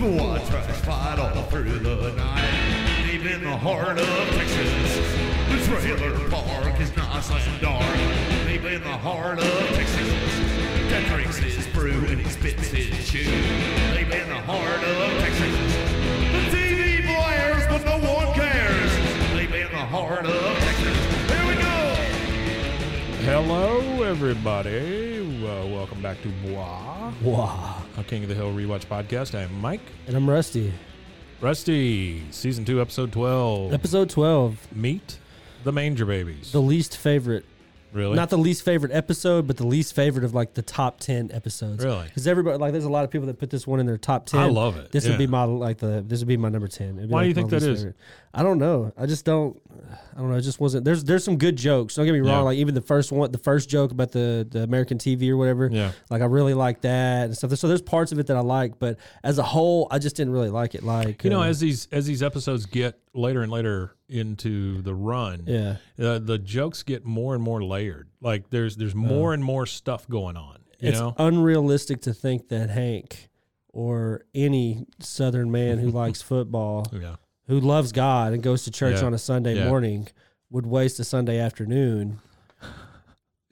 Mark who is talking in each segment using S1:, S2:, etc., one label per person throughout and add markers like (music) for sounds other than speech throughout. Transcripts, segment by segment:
S1: Watch us fight all through the night. Deep in the heart of Texas, the trailer park is nice and dark. Deep in the heart of Texas, Ted drinks his brew and he spits his shoe. Deep in the heart of Texas, the TV blares but no one cares. Deep in the heart of Texas, here we go.
S2: Hello, everybody. Uh, welcome back to Bois,
S3: Wow.
S2: a King of the Hill Rewatch podcast. I am Mike
S3: And I'm Rusty.
S2: Rusty, season two, episode twelve.
S3: Episode 12,
S2: Meet the Manger Babies.
S3: the least favorite.
S2: really?
S3: Not the least favorite episode, but the least favorite of like the top 10 episodes.
S2: Really?
S3: Because everybody, like, there's a lot of people that put this one in their top 10.
S2: I love it,
S3: This would be
S2: yeah.
S3: my, like, the, this would be my number 10. It'd be,
S2: Why do
S3: like,
S2: you think
S3: my
S2: that
S3: least
S2: is?
S3: I don't know. I just don't, I don't know. It just wasn't, there's, there's some good jokes. Don't get me wrong.
S2: Yeah.
S3: Like, even the first one, the first joke about the, the American TV or whatever.
S2: Yeah.
S3: Like, I really like that and stuff. So there's parts of it that I like, but as a whole, I just didn't really like it. Like,
S2: you know,
S3: uh,
S2: as these as these episodes get later and later into the run,
S3: yeah.
S2: uh, the jokes get more and more layered. Like there's there's more and more stuff going on. You
S3: Uh. it's
S2: know,
S3: unrealistic to think that Hank or any Southern
S2: (laughs)
S3: man who likes football,
S2: yeah,
S3: who loves God and goes to church
S2: Yeah.
S3: on a Sunday
S2: Yeah.
S3: morning, would waste a Sunday afternoon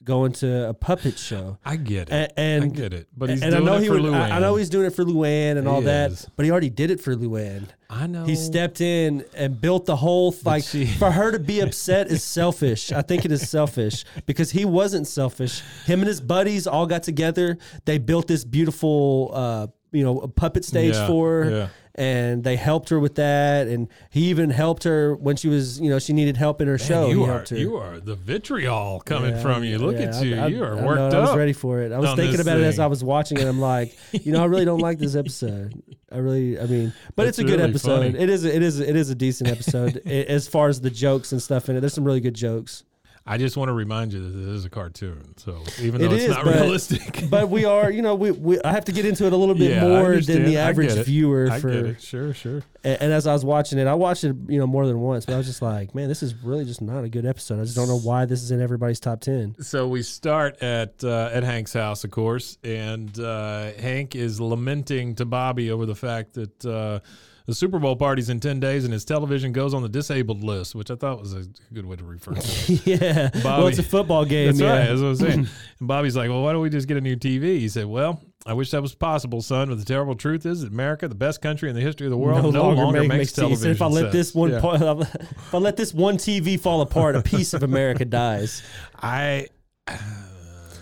S3: going to a puppet show.
S2: I get it.
S3: And, and
S2: I get it. But he's
S3: and I
S2: doing
S3: know
S2: it
S3: he
S2: for
S3: would, I, I
S2: Luann.
S3: know he's doing it for Luann and all
S2: He
S3: that,
S2: is.
S3: but he already did it for Luann.
S2: I know
S3: He stepped in and built the whole like
S2: she-
S3: for her to be upset is selfish. I think it is selfish because he wasn't selfish. Him and his buddies all got together. They built this beautiful uh you know puppet stage
S2: Yeah,
S3: for her.
S2: yeah.
S3: And they helped her with that, and he even helped her when she was, you know, she needed help in her
S2: Man,
S3: show.
S2: you
S3: he
S2: are
S3: helped her.
S2: you are the vitriol coming
S3: Yeah,
S2: from you. Look
S3: yeah,
S2: at you.
S3: I- I-
S2: you are
S3: I
S2: worked
S3: know, I
S2: up.
S3: was ready for it. I was
S2: on
S3: thinking
S2: this
S3: about it as
S2: thing.
S3: I was watching it. I'm like, you know, I really don't like
S2: (laughs)
S3: this episode. I really, I mean, but
S2: That's
S3: it's a good
S2: really
S3: episode.
S2: funny.
S3: It is, it is, it is a decent episode (laughs) a- as far as the jokes and stuff in it. There's some really good jokes,
S2: I just want to remind you that this is a cartoon. So even though
S3: It
S2: it's
S3: is,
S2: not
S3: but-
S2: (laughs) realistic.
S3: (laughs) but we are, you know, we, we I have to get into it a little bit
S2: Yeah, I
S3: more than
S2: understand.
S3: the
S2: I
S3: average
S2: get it.
S3: viewer
S2: I
S3: for.
S2: get it. Sure, sure.
S3: And, and as I was watching it, I watched it, you know, more than once, but I was just like, man, this is really just not a good episode. I just don't know why this is in everybody's top ten. (laughs)
S2: So we start at uh, at Hank's house, of course, and uh, Hank is lamenting to Bobby over the fact that uh, the Super Bowl party's in ten days, and his television goes on the disabled list, which I thought was a good way to refer to. it.
S3: yeah, well,
S2: Bobby.
S3: it's a football game.
S2: That's
S3: yeah.
S2: right. That's what I'm
S3: (laughs)
S2: saying. and Bobby's like, well, why don't we just get a new TV? He said, well, I wish that was possible, son. But the terrible truth is that America, the best country in the history of the world, no, longer,
S3: make-
S2: makes,
S3: sense.
S2: television.
S3: If I let this
S2: sets.
S3: one,
S2: Yeah.
S3: po- (laughs) if I let this one TV fall apart, a piece of America (laughs) dies.
S2: I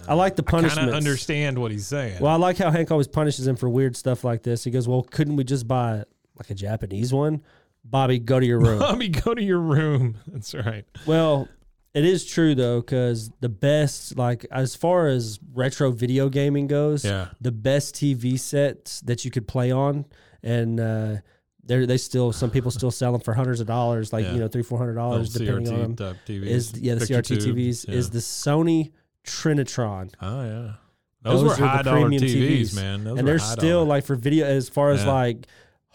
S3: I like the
S2: kind
S3: punishment.
S2: of understand what he's saying.
S3: Well, I like how Hank always punishes him for weird stuff like this. He goes, "Well, couldn't we just buy like a Japanese one?" Bobby, go to
S2: (laughs)
S3: your room.
S2: (laughs) Bobby, go to your room. (laughs) That's right.
S3: well, it is true though, because the best, like as far as retro video gaming goes,
S2: Yeah.
S3: the best TV sets that you could play on, and uh, they they still some people still sell them for hundreds of dollars, like
S2: Yeah.
S3: you know three four hundred
S2: Little
S3: dollars depending on
S2: CRT
S3: them.
S2: type TVs.
S3: is yeah the
S2: picture
S3: CRT
S2: tube.
S3: TVs
S2: Yeah.
S3: is the Sony Trinitron.
S2: oh yeah. Those, were
S3: the
S2: high dollar
S3: premium
S2: TVs, man. Those
S3: and
S2: were
S3: they're
S2: high
S3: still
S2: dollar.
S3: like for video as far as
S2: Yeah.
S3: like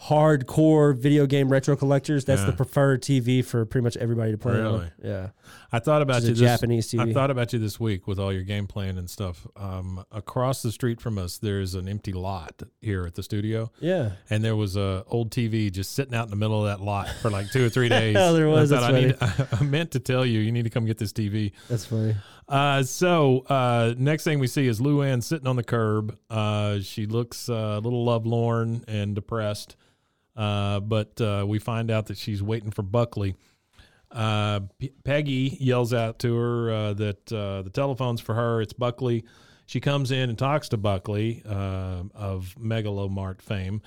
S3: hardcore video game retro collectors, that's
S2: Yeah.
S3: the preferred TV for pretty much everybody to play
S2: Really?
S3: on. Yeah.
S2: I thought about
S3: Which is
S2: you.
S3: a
S2: this,
S3: Japanese TV.
S2: I thought about you this week with all your game plan and stuff. Um, across the street from us, there's an empty lot here at the studio,
S3: Yeah.
S2: and there was a old TV just sitting out in the middle of that lot for like two or
S3: (laughs)
S2: three days.
S3: Oh, there
S2: And
S3: was.
S2: I, thought, I, need, (laughs)
S3: That's
S2: I, meant to tell you, you need to come get this TV.
S3: That's funny.
S2: Uh, so uh, next thing we see is Luann sitting on the curb. Uh, she looks uh, a little lovelorn and depressed, uh, but uh, we find out that she's waiting for Buckley. Uh, P- Peggy yells out to her uh, that uh, the telephone's for her. It's Buckley. She comes in and talks to Buckley uh, of Megalomart fame.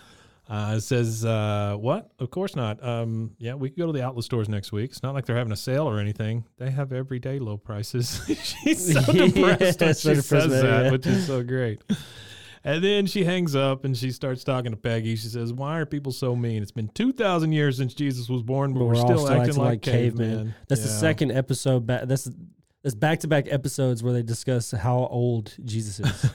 S2: Uh, says, uh, "What? Of course not. Um, yeah, we can go to the outlet stores next week. It's not like they're having a sale or anything. They have everyday low prices." (laughs) she's so
S3: (laughs) Yeah,
S2: depressed when
S3: that's so
S2: she
S3: depressed,
S2: says
S3: man,
S2: that,
S3: yeah.
S2: which is so great. And then she hangs up and she starts talking to Peggy. She says, "Why are people so mean? It's been two thousand years since Jesus was born, but,
S3: But
S2: we're, still, acting, like, cavemen."
S3: That's the
S2: Yeah.
S3: second episode. Ba- that's that's back to back episodes where they discuss how old
S2: (laughs)
S3: Jesus is.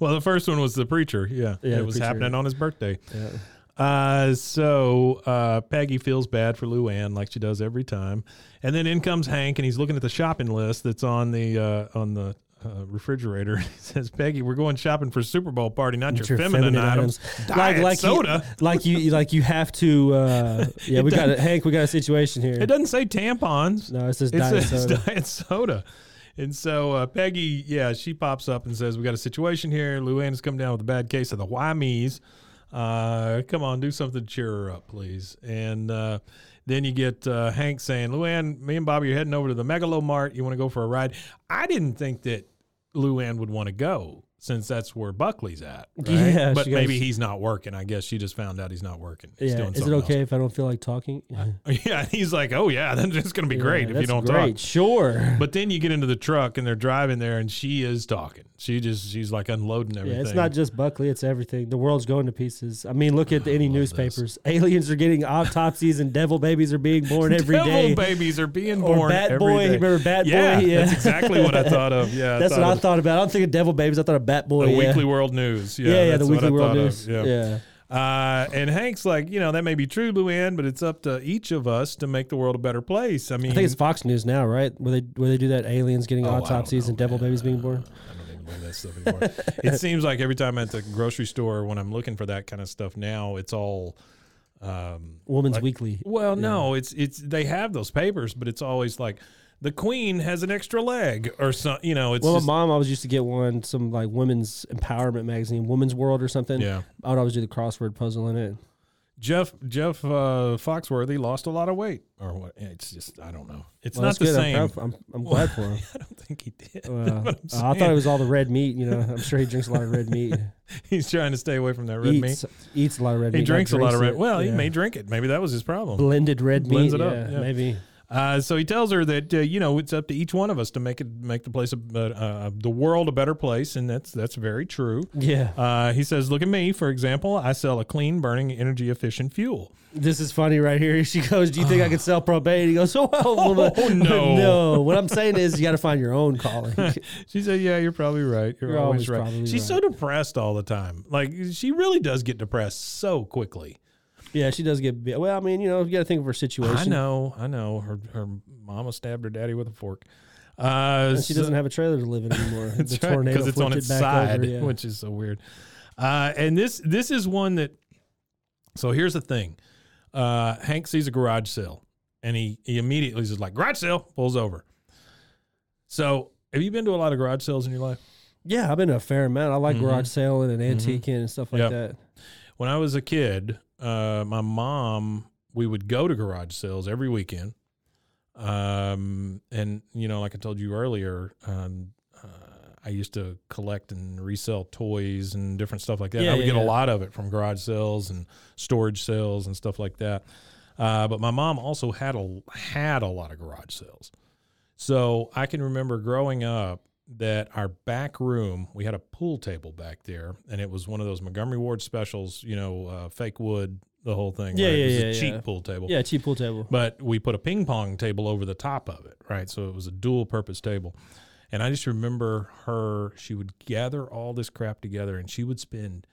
S2: Well, the first one was the preacher. Yeah,
S3: Yeah,
S2: it
S3: the
S2: was
S3: preacher.
S2: happening on his birthday.
S3: yeah.
S2: Uh, so uh, Peggy feels bad for Luann, like she does every time. And then in comes Hank, and he's looking at the shopping list that's on the uh, on the uh, refrigerator. (laughs) he says, "Peggy, we're going shopping for Super Bowl party, not your, feminine, items, Diet soda."
S3: You, like you, like you have to. Uh,
S2: (laughs)
S3: yeah, we got it, Hank. We got a situation here.
S2: it doesn't say tampons.
S3: no, it says
S2: It's
S3: diet
S2: says
S3: soda.
S2: (laughs) diet soda. And so uh, Peggy, yeah, she pops up and says, "We got a situation here. Luann has come down with a bad case of the whymies. Uh, come on, do something to cheer her up, please." And uh, then you get uh, Hank saying, "Luann, me and Bobby are heading over to the Megalo Mart. You want to go for a ride?" I didn't think that Luann would want to go since that's where Buckley's at. right?
S3: (laughs) Yeah,
S2: but
S3: she goes-
S2: maybe he's not working. I guess she just found out he's not working. He's
S3: yeah,
S2: doing
S3: is it
S2: something else.
S3: okay if I don't feel like talking?
S2: (laughs) Yeah, and he's like, "Oh yeah, (laughs) then it's gonna be great
S3: Yeah,
S2: if you
S3: that's
S2: don't
S3: great.
S2: talk."
S3: Sure.
S2: But then you get into the truck and they're driving there, and she is talking. She just she's like unloading
S3: Yeah,
S2: everything.
S3: it's not just Buckley; it's everything. The world's going to pieces. I mean, look at any
S2: this.
S3: newspapers. Aliens are getting autopsies, and devil babies are
S2: (laughs)
S3: being born every day.
S2: devil babies are being
S3: Or
S2: born.
S3: Bat
S2: every
S3: Boy,
S2: day.
S3: remember Bat
S2: yeah,
S3: Boy? Yeah.
S2: that's exactly what I thought
S3: (laughs)
S2: of. Yeah,
S3: That's what I
S2: of
S3: thought about. I don't think of devil babies. I thought of Bat Boy.
S2: The
S3: yeah.
S2: Weekly World News. Yeah,
S3: yeah, yeah,
S2: that's
S3: the
S2: what
S3: Weekly
S2: I
S3: World
S2: thought of.
S3: News.
S2: Yeah.
S3: yeah.
S2: Uh, and Hank's like, you know, that may be true, Luann, but it's up to each of us to make the world a better place. I mean,
S3: I think it's Fox News now, right? Where they where they do that aliens getting
S2: Oh, I don't
S3: autopsies
S2: know,
S3: and devil
S2: man.
S3: babies being born.
S2: I don't even buy that stuff anymore.
S3: (laughs)
S2: it seems like every time at the grocery store when I'm looking for that kind of stuff now, it's all. Um,
S3: Woman's
S2: Like-
S3: Weekly.
S2: Well, no, it's it's they have those papers, but it's always like the queen has an extra leg or some, you know, it's
S3: Well,
S2: just-
S3: my mom always used to get one, some like women's empowerment magazine, Women's World or something.
S2: yeah.
S3: I would always do the crossword puzzle in it.
S2: Jeff Jeff uh, Foxworthy lost a lot of weight or what? It's just I don't know. It's
S3: Well,
S2: not
S3: that's
S2: the
S3: good.
S2: same.
S3: I'm, proud- I'm, I'm glad for him.
S2: (laughs) I don't think he did. (laughs)
S3: Well,
S2: But I'm
S3: Uh, I thought
S2: saying
S3: it was all the red meat. You know, I'm sure he drinks a lot of red meat.
S2: He's trying to stay away from that red meat.
S3: eats, eats a lot of red
S2: He
S3: meat. not
S2: drinks a lot of red.
S3: it.
S2: Well, he
S3: Yeah.
S2: may drink it. Maybe that was his problem.
S3: blended red
S2: blends
S3: meat.
S2: it up,
S3: yeah,
S2: yeah.
S3: maybe.
S2: Uh, so he tells her that uh, you know it's up to each one of us to make it make the place a, uh, uh, the world a better place, and that's that's very true.
S3: Yeah.
S2: Uh, he says, "Look at me, for example. I sell a clean, burning, energy efficient fuel."
S3: This is funny right here. (laughs) She goes, "Do you think I could sell propane?" He goes,
S2: (laughs)
S3: "Oh, well,
S2: Oh, no.
S3: (laughs) no." What I'm saying is, you got to find your
S2: (laughs)
S3: own calling. (laughs)
S2: She said, "Yeah, you're probably right. You're,
S3: You're
S2: always,
S3: always
S2: right."
S3: probably
S2: She's so
S3: right.
S2: depressed all the time. Like she really does get depressed so quickly.
S3: yeah, she does get. bit- Well, I mean, you know, you got to think of her situation.
S2: I know, I know. Her her mama stabbed her daddy with a fork. Uh,
S3: And she
S2: so-
S3: doesn't have a trailer to live in anymore.
S2: (laughs) That's right, it's on
S3: flipped
S2: its
S3: it back
S2: side,
S3: over, yeah.
S2: which is so weird. Uh, and this this is one that. So here's the thing, uh, Hank sees a garage sale, and he he immediately is like garage sale, pulls over. So have you been to a lot of garage sales in your life?
S3: yeah, I've been to a fair amount. I like
S2: Mhm.
S3: garage sailing and antiquing and stuff like
S2: Yeah.
S3: that.
S2: When I was a kid, uh, my mom we would go to garage sales every weekend. Um, and you know, like I told you earlier, um, uh, I used to collect and resell toys and different stuff like that.
S3: Yeah,
S2: I would
S3: yeah,
S2: get a
S3: yeah.
S2: lot of it from garage sales and storage sales and stuff like that. Uh, but my mom also had a had a lot of garage sales, so I can remember growing up that our back room we had a pool table back there, and it was one of those Montgomery Ward specials, you know, uh, fake wood, the whole thing.
S3: Yeah,
S2: right?
S3: yeah,
S2: it was
S3: yeah,
S2: a cheap
S3: yeah.
S2: pool table
S3: Yeah, cheap pool table.
S2: but we put a ping pong table over the top of it, right? So it was a dual purpose table. And I just remember her, she would gather all this crap together and she would spend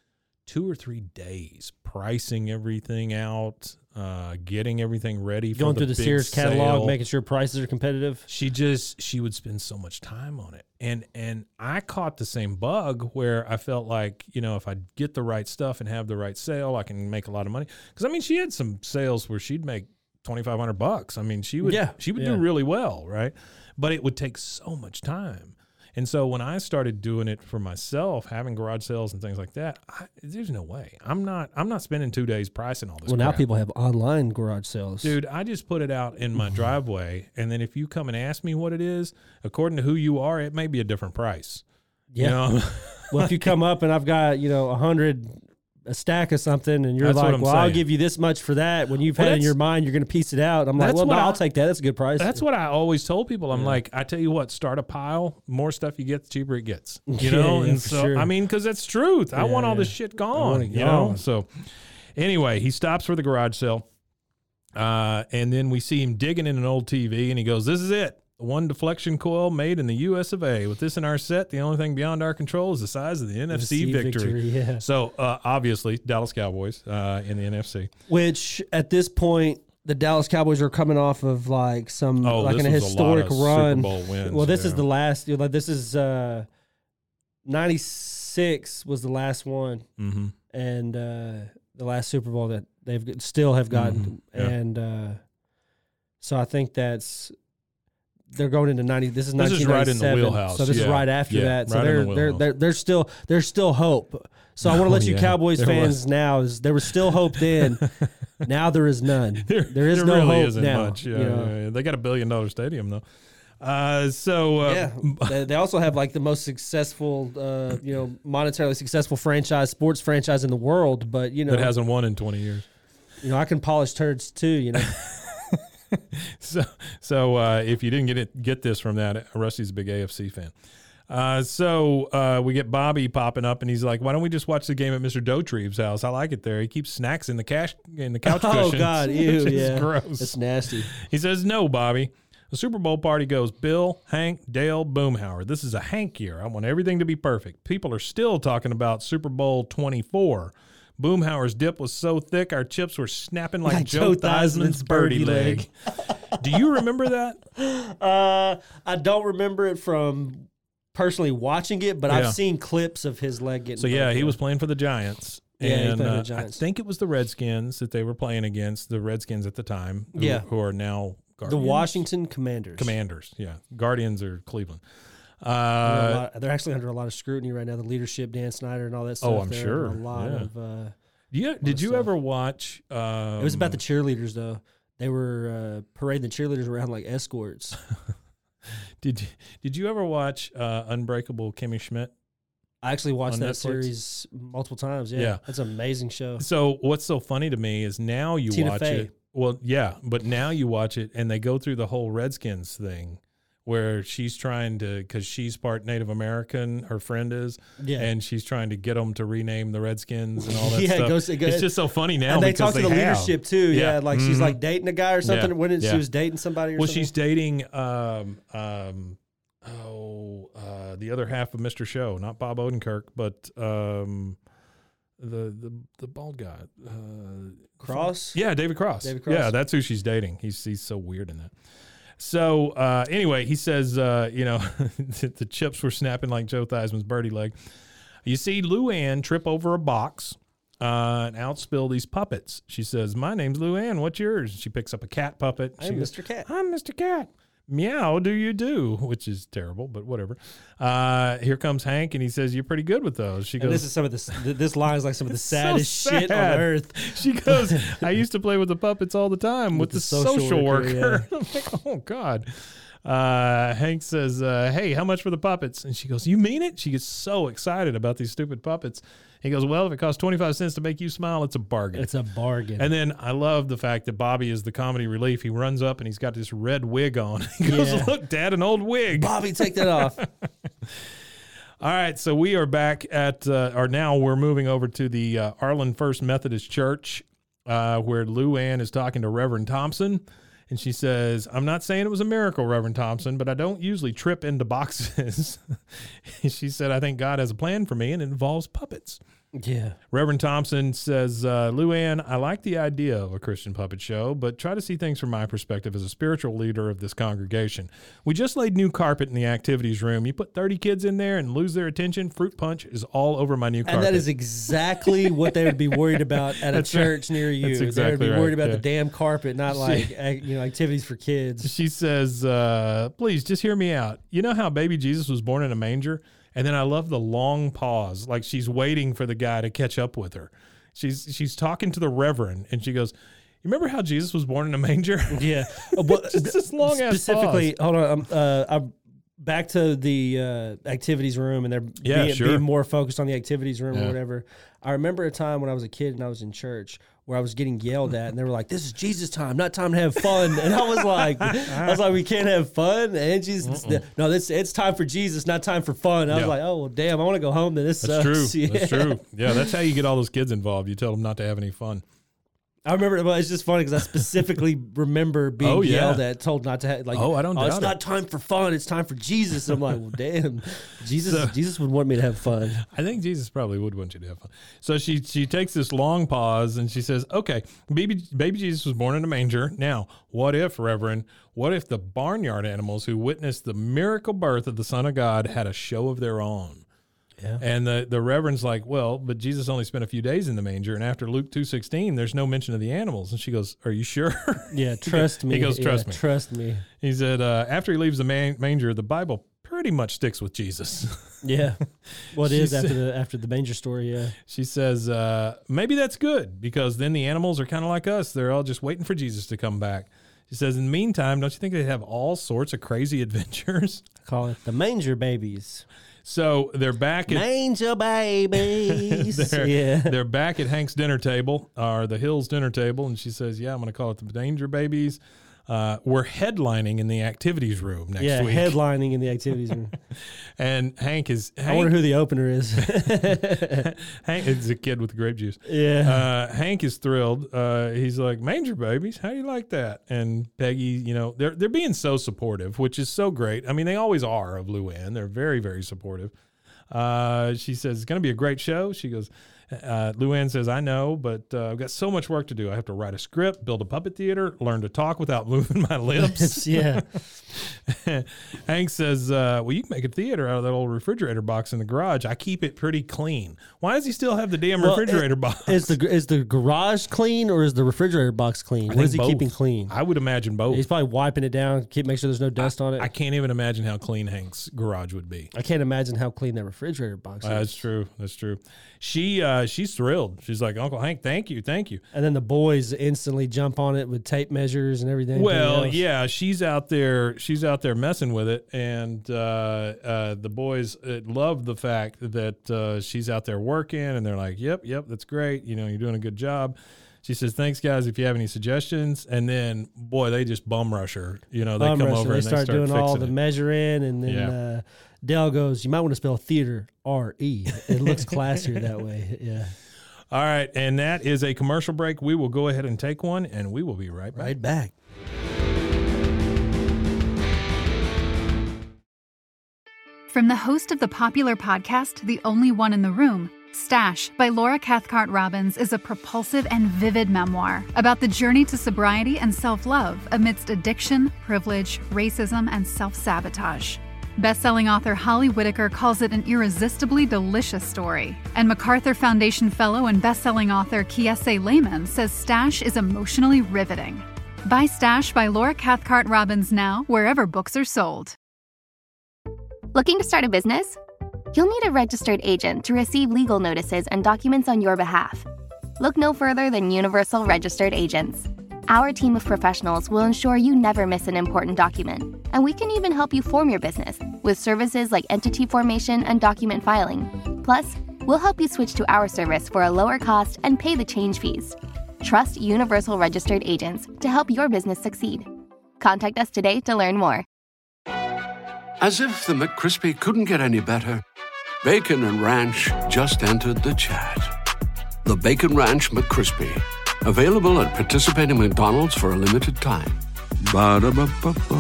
S2: two or three days pricing everything out, uh, getting everything ready.
S3: Going
S2: for
S3: through the
S2: big
S3: Sears catalog,
S2: sale.
S3: making sure prices are competitive.
S2: she just she would spend so much time on it and and i caught the same bug where i felt like you know if i get the right stuff and have the right sale i can make a lot of money because i mean she had some sales where she'd make 2500 bucks i mean she would
S3: Yeah,
S2: she would
S3: yeah.
S2: do really well right but it would take so much time and so when i started doing it for myself having garage sales and things like that I, there's no way i'm not i'm not spending two days pricing all this
S3: Well, now
S2: crap.
S3: people have online garage sales.
S2: Dude, I just put it out in my driveway, and then if you come and ask me what it is, according to who you are, it may be a different price. You
S3: Yeah.
S2: know?
S3: (laughs) Well, if you come up and I've got you know a hundred a stack of something, and you're
S2: That's what
S3: like,
S2: I'm
S3: "Well, I'll
S2: saying.
S3: give you this much for that," when you've
S2: Well,
S3: had in
S2: that's-
S3: your mind you're going to piece it out, I'm like,
S2: That's
S3: "Well, no,
S2: what I-
S3: I'll take that. That's a good price."
S2: That's what I always told people. I'm like, I tell you what, start a pile. More stuff you get, the cheaper it
S3: (laughs)
S2: gets. You
S3: Yeah,
S2: know?
S3: yeah,
S2: and
S3: for
S2: so,
S3: sure.
S2: I mean, because that's truth. I
S3: Yeah,
S2: want all
S3: yeah.
S2: this shit
S3: want
S2: gone,
S3: it
S2: you know?
S3: gone.
S2: So, anyway, he stops for the garage sale, uh, and then we see him digging in an old TV, and he goes, This is it. One deflection coil made in the U.S. of A. With this in our set, the only thing beyond our control is the size of the NFC victory.
S3: Yeah.
S2: So uh, obviously, Dallas Cowboys uh, in the NFC.
S3: Which at this point, the Dallas Cowboys are coming off of like some
S2: Oh,
S3: like
S2: this
S3: in a
S2: was a lot
S3: historic
S2: of Super
S3: run.
S2: Bowl wins,
S3: well, this is
S2: yeah.
S3: the last. You know, like this is uh, ninety six was the last one,
S2: Mm-hmm.
S3: and uh, the last Super Bowl that they've got- still have gotten,
S2: Mhm, yeah.
S3: and uh, so I think that's. They're going into ninety. This is
S2: This is right in the
S3: 1997,
S2: wheelhouse,
S3: So this is
S2: yeah,
S3: right after
S2: yeah,
S3: that. So
S2: right in the
S3: there, there,
S2: wheelhouse.
S3: there, there's still there's still hope. So I
S2: (laughs)
S3: want
S2: Oh,
S3: to let you
S2: yeah,
S3: Cowboys
S2: there
S3: fans
S2: was.
S3: (laughs) now is there was still
S2: (laughs)
S3: hope then. Now there is none.
S2: There-
S3: there is
S2: there
S3: no
S2: really
S3: hope
S2: isn't
S3: now.
S2: much.
S3: you
S2: Yeah,
S3: know?
S2: yeah, yeah. They got a billion dollar stadium though. Uh, so uh, (laughs)
S3: Yeah. they, they also have like the most successful, uh, you know, monetarily successful franchise, sports franchise in the world. But you know,
S2: that hasn't won in twenty years. (laughs)
S3: you know, I can polish turds too. You know,
S2: So so uh, if you didn't get it, get this from that, Rusty's a big AFC fan. Uh, so uh, we get Bobby popping up, and he's like, "Why don't we just watch the game at Mr. Dotreeve's house? I like it there. He keeps snacks in the cash in the (laughs) couch
S3: (laughs) oh
S2: cushions. (laughs)
S3: god,
S2: which
S3: ew,
S2: is
S3: yeah,
S2: gross.
S3: It's nasty.
S2: He says, No, Bobby. The Super Bowl party goes Bill, Hank, Dale, Boomhauer. This is a Hank year. I want everything to be perfect. People are still talking about Super Bowl 24. Boomhauer's dip was so thick, our chips were snapping like,
S3: Like
S2: Joe,
S3: Joe
S2: Theismann's
S3: Theismann's
S2: birdie
S3: birdie
S2: leg. (laughs) Do you remember that?
S3: Uh, I don't remember it from personally watching it, but
S2: Yeah.
S3: I've seen clips of his leg getting.
S2: So, yeah,
S3: broken.
S2: he was playing for the Giants.
S3: Yeah, he
S2: and
S3: played for the
S2: uh,
S3: Giants.
S2: I think it was the Redskins that they were playing against, the Redskins at the time, who,
S3: Yeah.
S2: who are now
S3: the
S2: Guardians.
S3: Washington Commanders.
S2: Commanders. Yeah. Guardians or Cleveland.
S3: They're, a
S2: Uh, Oh,
S3: lot- they're actually under a lot of scrutiny right now. The leadership, Dan Snyder, and all that stuff.
S2: I'm
S3: They're
S2: sure.
S3: under A lot
S2: Yeah.
S3: of. Uh,
S2: Yeah, did you
S3: stuff.
S2: ever watch? Um,
S3: It was about the cheerleaders though. They were uh, parading the cheerleaders around like escorts.
S2: Did Did you ever watch uh, Unbreakable Kimmy Schmidt?
S3: I actually watched
S2: On
S3: that
S2: Netflix?
S3: series multiple times. Yeah,
S2: Yeah.
S3: that's an amazing show.
S2: So what's so funny to me is now you
S3: Tina
S2: watch
S3: Fey.
S2: it. Well, yeah, but now you watch it, and they go through the whole Redskins thing, where she's trying to because she's part Native American, her friend is,
S3: Yeah.
S2: and she's trying to get them to rename the Redskins and all that
S3: (laughs) Yeah, it
S2: stuff.
S3: goes- it goes-
S2: it's just so funny now.
S3: And they
S2: because
S3: talked to the
S2: have.
S3: leadership too. Yeah,
S2: Yeah.
S3: like she's like dating a guy or something.
S2: Yeah.
S3: When it,
S2: Yeah.
S3: she was dating somebody. Or
S2: Well,
S3: something.
S2: she's dating um um oh uh the other half of Mr. Show, not Bob Odenkirk, but um the the the bald guy. Uh,
S3: cross.
S2: yeah, David Cross.
S3: David Cross.
S2: Yeah, that's who she's dating. He's he's so weird in that. So uh, anyway, he says, uh, you know, (laughs) the, the chips were snapping like Joe Theismann's birdie leg. You see Luann trip over a box uh, and outspill these puppets. She says, "My name's Luann. What's yours?" She picks up a cat puppet.
S3: I'm
S2: She goes,
S3: Mr. Cat.
S2: I'm Mr. Cat. Meow, do you do? Which is terrible, but whatever. Uh, here comes Hank, and he says, "You're pretty good with those." She
S3: And
S2: goes,
S3: this is some of the s- th- this line is like some
S2: (laughs)
S3: of the
S2: so
S3: saddest shit on
S2: sad.
S3: earth.
S2: (laughs) She goes,
S3: (laughs)
S2: "I used to play with the puppets all the time with, the, social, worker." (laughs) I'm like, "Oh God." Uh, Hank says, uh, "Hey, how much for the puppets?" And she goes, "You mean it?" She gets so excited about these stupid puppets. He goes, "Well, if it costs twenty five cents to make you smile, it's a bargain."
S3: It's a bargain.
S2: And then I love the fact that Bobby is the comedy relief. He runs up and he's got this red wig on. (laughs) He goes,
S3: Yeah.
S2: "Look, Dad, an old wig."
S3: Bobby, take
S2: (laughs)
S3: that off.
S2: All right, so we are back at, uh, or now we're moving over to the uh, Arlen First Methodist Church, uh, where Lou Ann is talking to Reverend Thompson. And she says, I'm not saying it was a miracle, Reverend Thompson, but I don't usually (laughs) trip into boxes. she said, I think God has a plan for me and it involves puppets.
S3: Yeah.
S2: Reverend Thompson says, uh, Luann, I like the idea of a Christian puppet show, but try to see things from my perspective as a spiritual leader of this congregation. We just laid new carpet in the activities room. You put 30 kids in there and lose their attention, fruit punch is all over my new carpet.
S3: And that is exactly what they would be worried about at a
S2: That's right.
S3: church near you.
S2: That's
S3: they
S2: exactly
S3: would be
S2: right,
S3: worried about
S2: yeah.
S3: the damn carpet, not like ac- you know activities
S2: (laughs)
S3: for kids.
S2: she says, uh, please just hear me out. You know how baby Jesus was born in a manger? And then I love the long pause, like she's waiting for the guy to catch up with her. She's she's talking to the reverend and she goes, You remember how Jesus was born in a
S3: (laughs)
S2: manger?
S3: Yeah. Uh, well,
S2: Just this long ass
S3: specifically, hold on. Um, uh, I'm back to the uh, activities room, and they're
S2: Yeah,
S3: being,
S2: sure.
S3: being more focused on the activities room
S2: Yeah.
S3: or whatever. I remember a time when I was a kid and I was in church where I was getting yelled at, and they were like, "This is Jesus time, not time to have fun." (laughs) And I was like, "I was like, we can't have fun." And Jesus, no, this it's time for Jesus, not time for fun. I was
S2: Yeah.
S3: like, "Oh well, damn, I want to go home." Then this
S2: That's
S3: sucks. (laughs)
S2: true. That's true. Yeah, that's how you get all those kids involved. You tell them not to have any fun.
S3: I remember. Well, it's just funny because I
S2: (laughs)
S3: specifically remember being
S2: Oh, yeah.
S3: yelled at, told not to have. Like,
S2: Oh, I don't
S3: It's
S2: doubt
S3: not
S2: it."
S3: time for fun. It's time for Jesus. And
S2: (laughs)
S3: I'm like, well, damn, Jesus.
S2: So-
S3: Jesus would want me to have fun.
S2: I think Jesus probably would want you to have fun. So she she takes this long pause and she says, "Okay, baby baby Jesus was born in a manger. Now, what if, Reverend? What if the barnyard animals who witnessed the miracle birth of the Son of God had a show of their own?"
S3: Yeah.
S2: And the, the reverend's like, well, but Jesus only spent a few days in the manger, and after Luke two sixteen, there's no mention of the animals. And she goes, "Are you sure?"
S3: (laughs)
S2: (laughs)
S3: Yeah, trust me.
S2: He goes,
S3: Yeah,
S2: "Trust me."
S3: Trust
S2: (laughs)
S3: me.
S2: He said, uh, after he leaves the man- manger, the Bible pretty much sticks with Jesus. (laughs)
S3: Yeah. What
S2: She
S3: is
S2: said-
S3: after the after the manger story? Yeah.
S2: she says, uh, maybe that's good because then the animals are kind of like us. They're all just waiting for Jesus to come back. She says, in the meantime, don't you think they have all sorts of crazy (laughs) adventures?
S3: I call it the manger babies.
S2: So they're back at. (laughs)
S3: Manger babies.
S2: They're,
S3: yeah.
S2: they're back at Hank's dinner table or the Hills dinner table, and she says, "Yeah, I'm going to call it the Danger Babies." Uh, we're headlining in the activities room next
S3: Yeah.
S2: week,
S3: Headlining in the
S2: (laughs)
S3: activities room.
S2: and Hank is
S3: I
S2: Hank,
S3: wonder who the
S2: (laughs)
S3: opener is.
S2: Hank is a kid with grape juice.
S3: yeah.
S2: uh, Hank is thrilled. Uh, he's like, "Manger babies, how do you like that?" And Peggy, you know, they're they're being so supportive, which is so great. I mean, they always are of Luann. They're very very supportive. Uh, she says it's going to be a great show. She goes, uh, Luann says, "I know, but uh, I've got so much work to do. I have to write a script, build a puppet theater, learn to talk without (laughs) moving my
S3: (laughs)
S2: lips."
S3: yeah.
S2: (laughs) Hank says, uh, "Well, you can make a theater out of that old refrigerator box in the garage. I keep it pretty clean. Why does he still have the damn
S3: Well,
S2: refrigerator box?" (laughs)
S3: Is the is the garage clean or is the refrigerator box clean? What
S2: think
S3: is he
S2: both.
S3: keeping clean?
S2: I would imagine both.
S3: He's probably wiping it down, keep make sure there's no dust on it.
S2: I
S3: I,
S2: can't even imagine how clean Hank's garage would be.
S3: can't imagine how clean that refrigerator box is.
S2: Uh, that's true. That's true. She uh, she's thrilled. She's like Uncle Hank, thank you, thank you.
S3: and then the boys instantly jump on it with tape measures and everything.
S2: Well,
S3: else.
S2: yeah, she's out there. She's out there messing with it, and uh, uh, the boys uh, love the fact that uh, she's out there working, and they're like, "Yep, yep, that's great. You know, you're doing a good job." She says, "Thanks, guys. If you have any suggestions," and then boy, they just bum rush her. You know, they
S3: Bum
S2: come
S3: rush, and
S2: over
S3: they
S2: and
S3: start, doing
S2: fixing
S3: all the
S2: it.
S3: measuring, and then
S2: Yeah.
S3: uh, Dell goes, "You might want to spell theater R E. It looks classier that way." (laughs) Yeah,
S2: All right, and that is a commercial break. We will go ahead and take one, and we will be right back.
S3: right back.
S4: From the host of the popular podcast, The Only One in the Room, Stash by Laura Cathcart Robbins is a propulsive and vivid memoir about the journey to sobriety and self love amidst addiction, privilege, racism, and self sabotage. Best-selling author Holly Whitaker calls it an irresistibly delicious story, and MacArthur Foundation fellow and best-selling author Kiese Lehman says Stash is emotionally riveting. Buy Stash by Laura Cathcart Robbins now wherever books are sold.
S5: Looking to start a business? You'll need a registered agent to receive legal notices and documents on your behalf. Look no further than Universal Registered Agents. Our team of professionals will ensure you never miss an important document, and we can even help you form your business with services like entity formation and document filing. Plus, we'll help you switch to our service for a lower cost and pay the change fees. Trust Universal Registered Agents to help your business succeed. Contact us today to learn more.
S6: As if the McCrispy couldn't get any better, Bacon and Ranch just entered the chat. The Bacon Ranch McCrispy, available at participating McDonald's for a limited time. Ba-da-ba-ba-ba.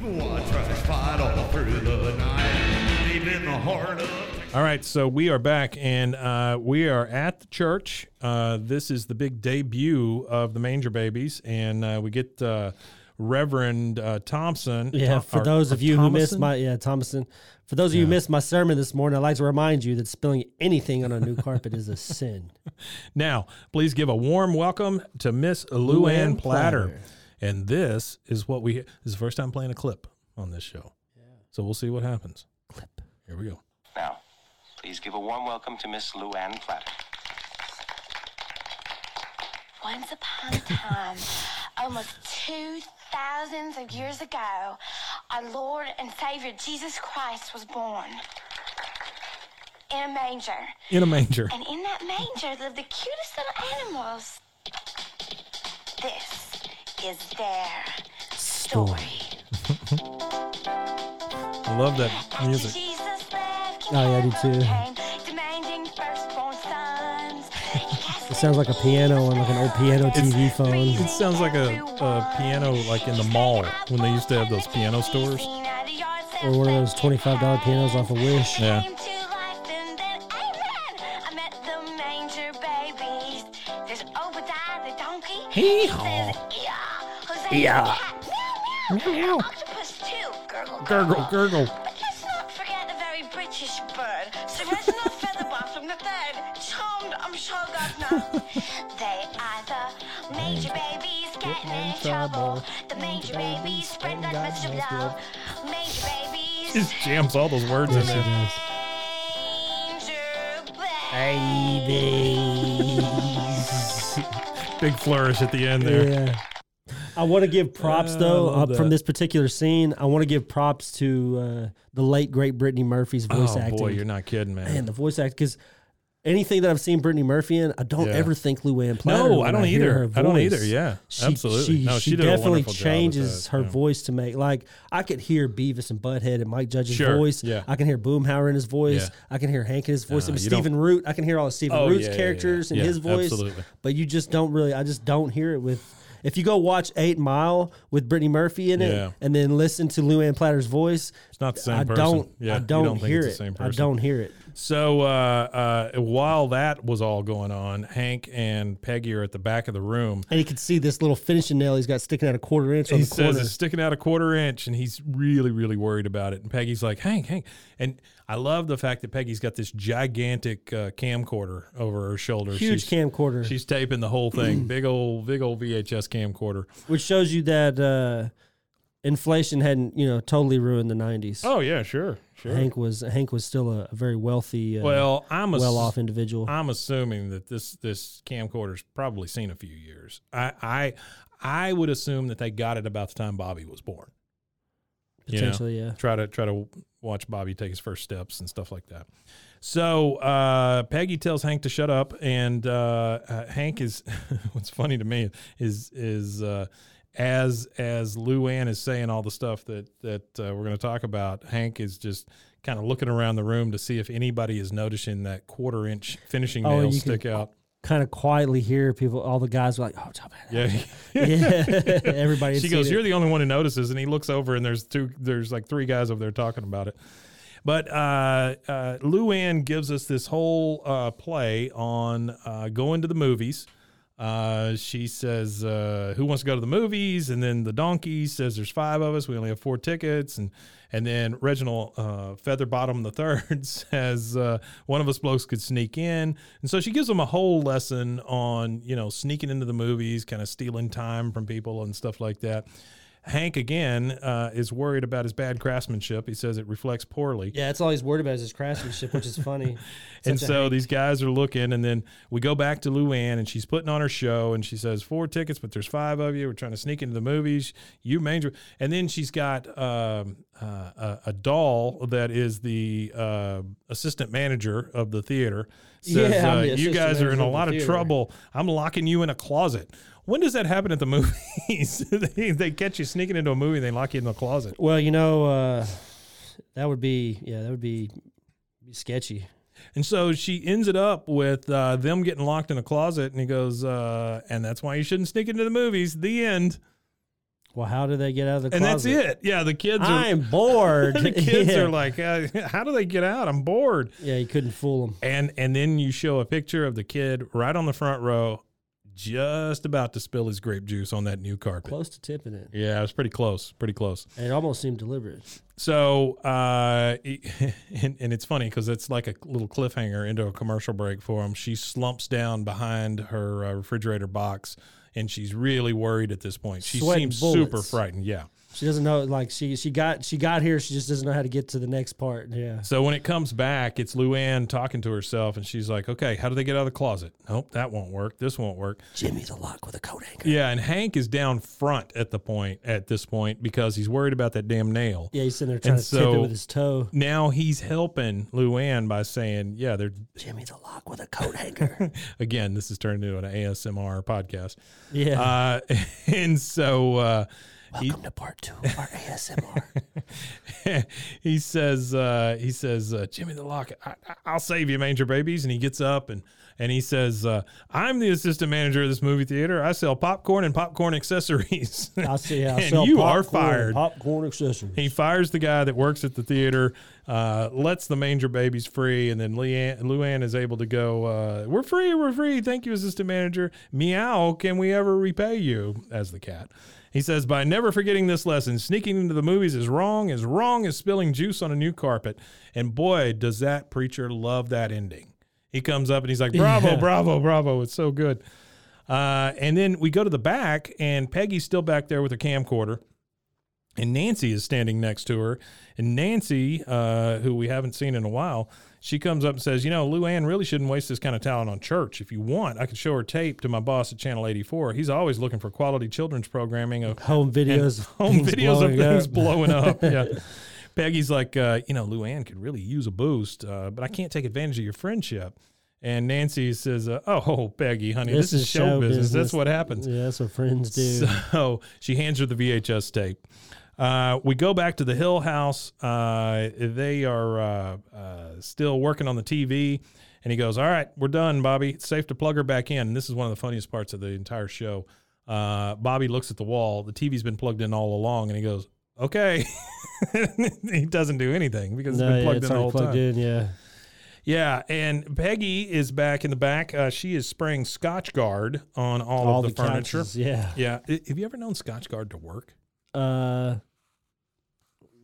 S1: Watch us fight all through the night, deep in the heart of Texas.
S2: All right, so we are back, and uh, we are at the church. Uh, this is the big debut of the Manger Babies, and uh, we get uh, Reverend uh, Thompson.
S3: Yeah,
S2: Tom-
S3: for
S2: or-
S3: those
S2: or
S3: of you who missed
S2: uh, Thomason?
S3: my yeah Thomason, for those of you who missed my sermon this morning, I'd like to remind you that spilling anything on a new carpet is a sin.
S2: Now, please give a warm welcome to Miss Lou Ann Platter. And this is what we, this is the first time playing a clip on this show. So we'll see what happens. Clip. Here we go.
S7: Now, please give a warm welcome to Miss Lou Ann Platter.
S8: Once upon a time, (laughs) almost 2,000 of years ago, our Lord and Savior Jesus Christ was born in a manger.
S2: In a manger.
S8: And in that manger lived the cutest little animals. This is their story.
S2: I love that music.
S8: Jesus left.
S3: Oh, yeah, I do too.
S8: Came, demanding firstborn sons. He cast
S3: (laughs) It sounds like a piano on like an old piano TV phone.
S2: It sounds like a, a piano, like in the mall when they used to have those piano stores.
S3: Or one of those twenty-five dollar pianos off of Wish.
S2: Yeah.
S8: Came to life and then, amen, I met the manger babies. There's Obadiah the donkey. He says, yeah. Hosea the cat. Meow, meow. And Octopus too. Gurgle, gurgle.
S2: Gurgle, gurgle.
S8: But let's not forget the very British bird, Sir Reginald (laughs) Featherbottom the third. Charmed, I'm sure God knows. they are the major babies getting in trouble. The major babies spread that message of love. Major babies.
S2: Just jams all those words in there.
S8: Major
S2: Big flourish at the end there.
S3: Yeah. I want to give props
S2: Yeah, I
S3: though
S2: love
S3: uh, from
S2: that.
S3: this particular scene. I want to give props to uh, the late great Brittany Murphy's voice
S2: oh
S3: acting.
S2: boy, you're not kidding, man.
S3: Man, the voice act because anything that I've seen Brittany Murphy in, I don't
S2: Yeah.
S3: ever think Lou Ann Platter.
S2: no,
S3: when
S2: I don't
S3: hear
S2: either.
S3: her
S2: I don't
S3: voice.
S2: either. Yeah, absolutely.
S3: She,
S2: no,
S3: she,
S2: she, did a
S3: definitely
S2: wonderful job at
S3: changes
S2: that,
S3: her
S2: yeah.
S3: voice to make like I could hear Beavis and Butthead and Mike Judge's
S2: Sure,
S3: voice.
S2: yeah.
S3: I can hear Boomhauer in his voice.
S2: Yeah.
S3: I can hear Hank in his voice.
S2: Uh,
S3: I mean,
S2: you don't-
S3: Stephen Root. I can hear all of Stephen
S2: Oh,
S3: Root's
S2: yeah, yeah, yeah.
S3: characters and
S2: Yeah,
S3: his voice.
S2: absolutely.
S3: But you just don't really. I just don't hear it with. If you go watch Eight Mile with Brittany Murphy in it,
S2: Yeah.
S3: and then listen to Lou Ann Platter's voice,
S2: It's not the same
S3: I
S2: person.
S3: don't.
S2: Yeah,
S3: I
S2: you
S3: don't,
S2: don't think
S3: hear
S2: it's the
S3: it.
S2: same
S3: I
S2: person.
S3: don't hear it.
S2: So uh, uh, while that was all going on, Hank and Peggy are at the back of the room.
S3: And you can see this little finishing nail he's got sticking out a quarter inch on
S2: he
S3: the corner.
S2: says it's sticking out a quarter inch, and he's really, really worried about it. And Peggy's like, "Hank, Hank," and I love the fact that Peggy's got this gigantic uh, camcorder over her shoulder.
S3: Huge
S2: she's,
S3: camcorder,
S2: She's taping the whole thing. big old, big old VHS camcorder.
S3: which shows you that uh, inflation hadn't, you know, totally ruined the '90s.
S2: Oh yeah, sure, sure.
S3: Hank was Hank was still a, a very wealthy, uh,
S2: well, I'm a
S3: well-off individual.
S2: I'm assuming that this this camcorder's probably seen a few years. I I I would assume that they got it about the time Bobby was born. you know?
S3: potentially, yeah.
S2: Try to try to watch Bobby take his first steps and stuff like that. So uh, Peggy tells Hank to shut up, and uh, uh, Hank is. (laughs) what's funny to me is is uh, as as Lou Ann is saying all the stuff that that uh, we're going to talk about, Hank is just kind of looking around the room to see if anybody is noticing that quarter inch finishing
S3: Oh,
S2: nail
S3: you
S2: stick
S3: can- (laughs)
S2: out.
S3: Kind of quietly hear people. All the guys were like, "Oh, top man."
S2: Yeah. (laughs)
S3: Yeah, everybody. had
S2: she
S3: seen
S2: goes,
S3: it. (laughs)
S2: "You're the only one who notices," and he looks over, and there's two, there's like three guys over there talking about it. But uh, uh, Lou Ann gives us this whole uh, play on uh, going to the movies. Uh, she says, uh, "Who wants to go to the movies?" And then the donkey says, "There's five of us. We only have four tickets." And and then Reginald uh, Featherbottom the (laughs) third says, uh, "One of us blokes could sneak in." And so she gives them a whole lesson on you know sneaking into the movies, kind of stealing time from people and stuff like that. Hank again uh, is worried about his bad craftsmanship. He says it reflects poorly.
S3: Yeah, that's all he's worried about is his craftsmanship, which is
S2: (laughs)
S3: funny.
S2: And
S3: Such a
S2: so these guys are looking, and then we go back to Luann, and she's putting on her show, and she says, Four tickets, but there's five of you. We're trying to sneak into the movies. You manger. And then she's got um, uh, a, a doll that is the uh, assistant manager of the theater. Says,
S3: Yeah, I'm
S2: uh,
S3: the
S2: You
S3: assistant
S2: guys are in
S3: manager
S2: a
S3: of the
S2: lot of
S3: theater."
S2: trouble. I'm locking you in a closet. When does that happen at the (laughs) movies? they, they catch you sneaking into a movie and they lock you in the closet.
S3: Well, you know, uh, that would be yeah, that would be, be sketchy.
S2: And so she ends it up with uh, them getting locked in a closet, and he goes, uh, and that's why you shouldn't sneak into the movies. The end.
S3: Well, how do they get out of the
S2: And
S3: closet?
S2: that's it. Yeah, the kids are.
S3: I'm
S2: (laughs)
S3: bored. (laughs)
S2: the kids
S3: yeah.
S2: are like, uh, how do they get out? I'm bored.
S3: yeah, you couldn't fool them.
S2: And and then you show a picture of the kid right on the front row, just about to spill his grape juice on that new carpet.
S3: Close to tipping it.
S2: Yeah, it was pretty close. Pretty close.
S3: It almost seemed deliberate.
S2: So, uh, (laughs) and, and it's funny because it's like a little cliffhanger into a commercial break for him. She slumps down behind her uh, refrigerator box, and she's really worried at this point. She
S3: Sweating
S2: seems super
S3: bullets.
S2: frightened. Yeah.
S3: She doesn't know. Like she she got she got here. She just doesn't know how to get to the next part. Yeah.
S2: So when it comes back, it's Luann talking to herself, and she's like, "Okay, how do they get out of the closet? Nope, that won't work. This won't work."
S3: Jimmy's a lock with a coat hanger.
S2: Yeah, and Hank is down front at the point at this point because he's worried about that damn nail.
S3: Yeah, he's sitting there trying
S2: And
S3: to tip
S2: so-
S3: it with his toe.
S2: Now he's helping Luann by saying, "Yeah, they're
S3: Jimmy's a lock with a coat hanger.
S2: (laughs) again. This is turned into an ASMR podcast." (laughs)
S3: yeah.
S2: Uh, and so uh,
S3: Welcome to part two of our ASMR.
S2: (laughs) he says, uh, he says, uh, Jimmy the Lock, I, I- I'll save you, Manger Babies. And he gets up and and he says, uh, I'm the assistant manager of this movie theater. I sell popcorn and popcorn accessories. (laughs)
S3: I see. I
S2: and
S3: sell
S2: you
S3: popcorn,
S2: are fired.
S3: Popcorn accessories.
S2: He fires the guy that works at the theater, uh, lets the manger babies free, and then Leanne, Luann is able to go, uh, We're free, we're free. Thank you, assistant manager. Meow, can we ever repay you? As the cat. He says, By never forgetting this lesson, sneaking into the movies is wrong, as wrong as spilling juice on a new carpet. And boy, does that preacher love that ending. He comes up and he's like, Bravo,
S3: Yeah.
S2: bravo, bravo. It's so good. Uh, and then we go to the back, and Peggy's still back there with her camcorder and Nancy is standing next to her. And Nancy, uh, who we haven't seen in a while, she comes up and says, "You know, Luann really shouldn't waste this kind of talent on church. If you want, I can show her tape to my boss at Channel 84. He's always looking for quality children's programming of
S3: Home videos. of
S2: (laughs) home
S3: things
S2: videos of
S3: blowing
S2: things
S3: up.
S2: blowing up. Yeah. (laughs) Peggy's like, uh, you know, Luann could really use a boost, uh, but I can't take advantage of your friendship. And Nancy says, uh, "Oh, Peggy, honey, this, is, show, business. That's what happens."
S3: Yeah, that's what friends do.
S2: (laughs) So she hands her the VHS tape. Uh, we go back to the Hill House. Uh, they are uh, uh, still working on the TV. And he goes, All right, we're done, Bobby. It's safe to plug her back in. And this is one of the funniest parts of the entire show. Uh, Bobby looks at the wall. The TV's been plugged in all along. And he goes, Okay. (laughs) he doesn't do anything because it's
S3: no,
S2: been
S3: yeah,
S2: plugged
S3: it's
S2: in the whole
S3: already plugged
S2: time.
S3: in. Yeah.
S2: Yeah, and Peggy is back in the back. Uh, she is spraying Scotch Guard on all,
S3: All
S2: of the,
S3: the,
S2: furniture.
S3: couches, Yeah.
S2: Yeah. I- Have you ever known Scotch Guard to work?
S3: Uh,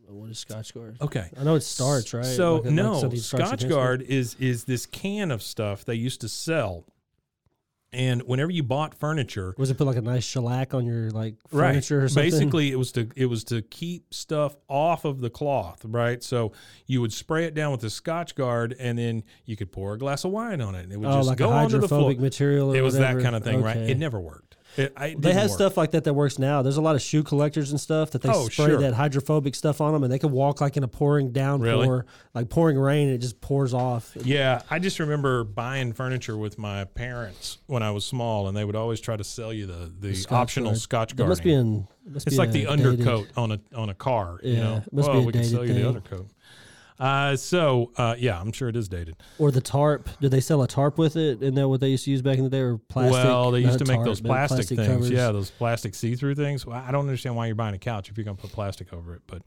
S3: what is Scotch Guard?
S2: Okay.
S3: I know it starts right.
S2: So
S3: Like, like
S2: no,
S3: something starts
S2: Scotch
S3: against it.
S2: Guard is is this can of stuff they used to sell, and whenever you bought furniture,
S3: Was it put like a nice shellac on your like
S2: right?
S3: furniture or something?
S2: Basically, it was to it was to keep stuff off of the cloth, right? So you would spray it down with the Scotch Guard, and then you could pour a glass of wine on it, and it would
S3: (laughs) oh,
S2: just
S3: like a
S2: go onto the floor.
S3: hydrophobic material. Or
S2: It was that
S3: whatever.
S2: kind of thing, right?
S3: Okay.
S2: It never worked. It, I, it
S3: They
S2: didn't
S3: have
S2: work.
S3: stuff like that that works now. There's a lot of shoe collectors and stuff that they
S2: Oh,
S3: spray
S2: sure.
S3: that hydrophobic stuff on them, and they can walk like in a pouring downpour,
S2: Really?
S3: like pouring rain, and it just pours off.
S2: Yeah, I just remember buying furniture with my parents when I was small, and they would always try to sell you the the optional Scotch
S3: It
S2: Guard.
S3: must be in. Must
S2: It's
S3: be
S2: like
S3: a
S2: the
S3: dated-
S2: undercoat on a on a car. you
S3: Yeah,
S2: know,
S3: it must be
S2: Well,
S3: a
S2: we can
S3: dated
S2: sell you the
S3: thing.
S2: undercoat. Uh, so uh, yeah, I'm sure it is dated.
S3: or the tarp. Did they sell a tarp with it? Isn't that what they used to use back in the day? Or plastic?
S2: well, they used
S3: not
S2: to make
S3: tarp,
S2: those
S3: but
S2: plastic, things.
S3: covers?
S2: Yeah, those plastic see-through things. Well, I don't understand why you're buying a couch if you're going to put plastic over it, but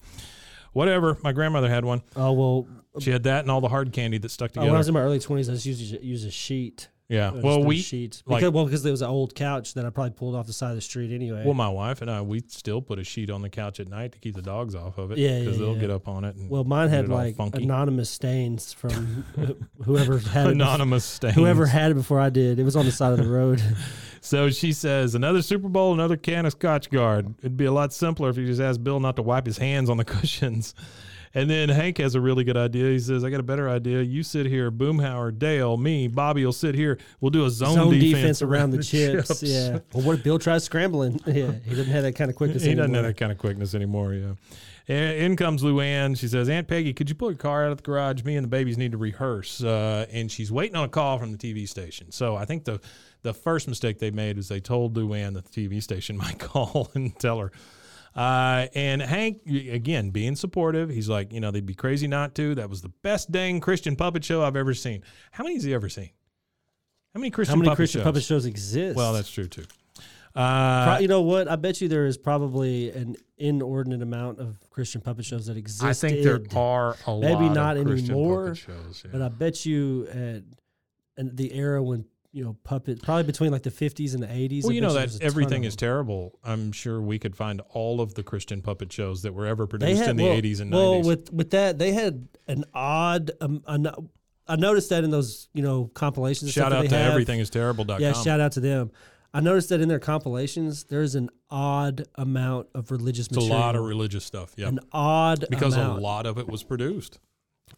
S2: whatever. My grandmother had one.
S3: Oh well,
S2: She had that and all the hard candy that stuck
S3: Oh, when I
S2: together.
S3: was in my early twenties, I just used to use a sheet.
S2: yeah.
S3: I just
S2: Well,
S3: threw
S2: we
S3: sheets
S2: like-
S3: because well because there was an old couch that I probably pulled off the side of the street anyway.
S2: Well, my wife and I, we still put a sheet on the couch at night to keep the dogs off of it.
S3: Yeah, yeah,
S2: because they'll
S3: yeah.
S2: get up on it. And
S3: Well, mine
S2: get
S3: had
S2: it all
S3: like
S2: funky.
S3: anonymous stains from wh- whoever had it.
S2: anonymous stains.
S3: Whoever had it before I did. It was on the side of
S2: (laughs)
S3: the road.
S2: So she says, another Super Bowl, another can of Scotch Guard. It'd be a lot simpler if you just asked Bill not to wipe his hands on the (laughs) cushions. And then Hank has a really good idea. He says, I got a better idea. You sit here, Boomhauer, Dale, me, Bobby will sit here. We'll do a zone,
S3: Zone defense, around the chips. Yeah. Well, what if Bill tries scrambling? (laughs) Yeah, he didn't have that kind of quickness.
S2: He doesn't
S3: anymore.
S2: have that kind of quickness anymore. Yeah. A- In comes Luann. She says, "Aunt Peggy, could you pull your car out of the garage? Me and the babies need to rehearse." Uh, and she's waiting on a call from the TV station. So I think the the first mistake they made is they told Luann that the TV station (laughs) might call and tell her. Uh, and Hank, y- again, being supportive, he's like, you know, they'd be crazy not to. That was the best dang Christian puppet show I've ever seen. How many has he ever seen? How many Christian
S3: How many
S2: puppet
S3: Christian
S2: shows?
S3: puppet shows exist?
S2: Well, that's true too. Uh,
S3: Pro- you know what? I bet you there is probably an inordinate amount of Christian puppet shows that exist.
S2: I think there are a lot.
S3: Maybe not
S2: of Christian
S3: anymore,
S2: puppet shows, yeah.
S3: But I bet you at, at the era when you know puppet, probably between like the fifties and the eighties.
S2: Well, you know that everything is terrible. I'm sure we could find all of the Christian puppet shows that were ever
S3: They
S2: produced
S3: had
S2: in the
S3: well,
S2: 80s and 90s.
S3: Well, with with that, they had an odd. Um, an, I noticed that in those you know compilations. and stuff
S2: Shout
S3: that
S2: out
S3: they
S2: to
S3: have.
S2: everythingisterrible.com.
S3: Yeah, shout out to them. I noticed that in their compilations, there's an odd amount of religious
S2: it's a
S3: material.
S2: lot of religious stuff. Yeah.
S3: an odd
S2: Because
S3: amount,
S2: a lot of it was produced.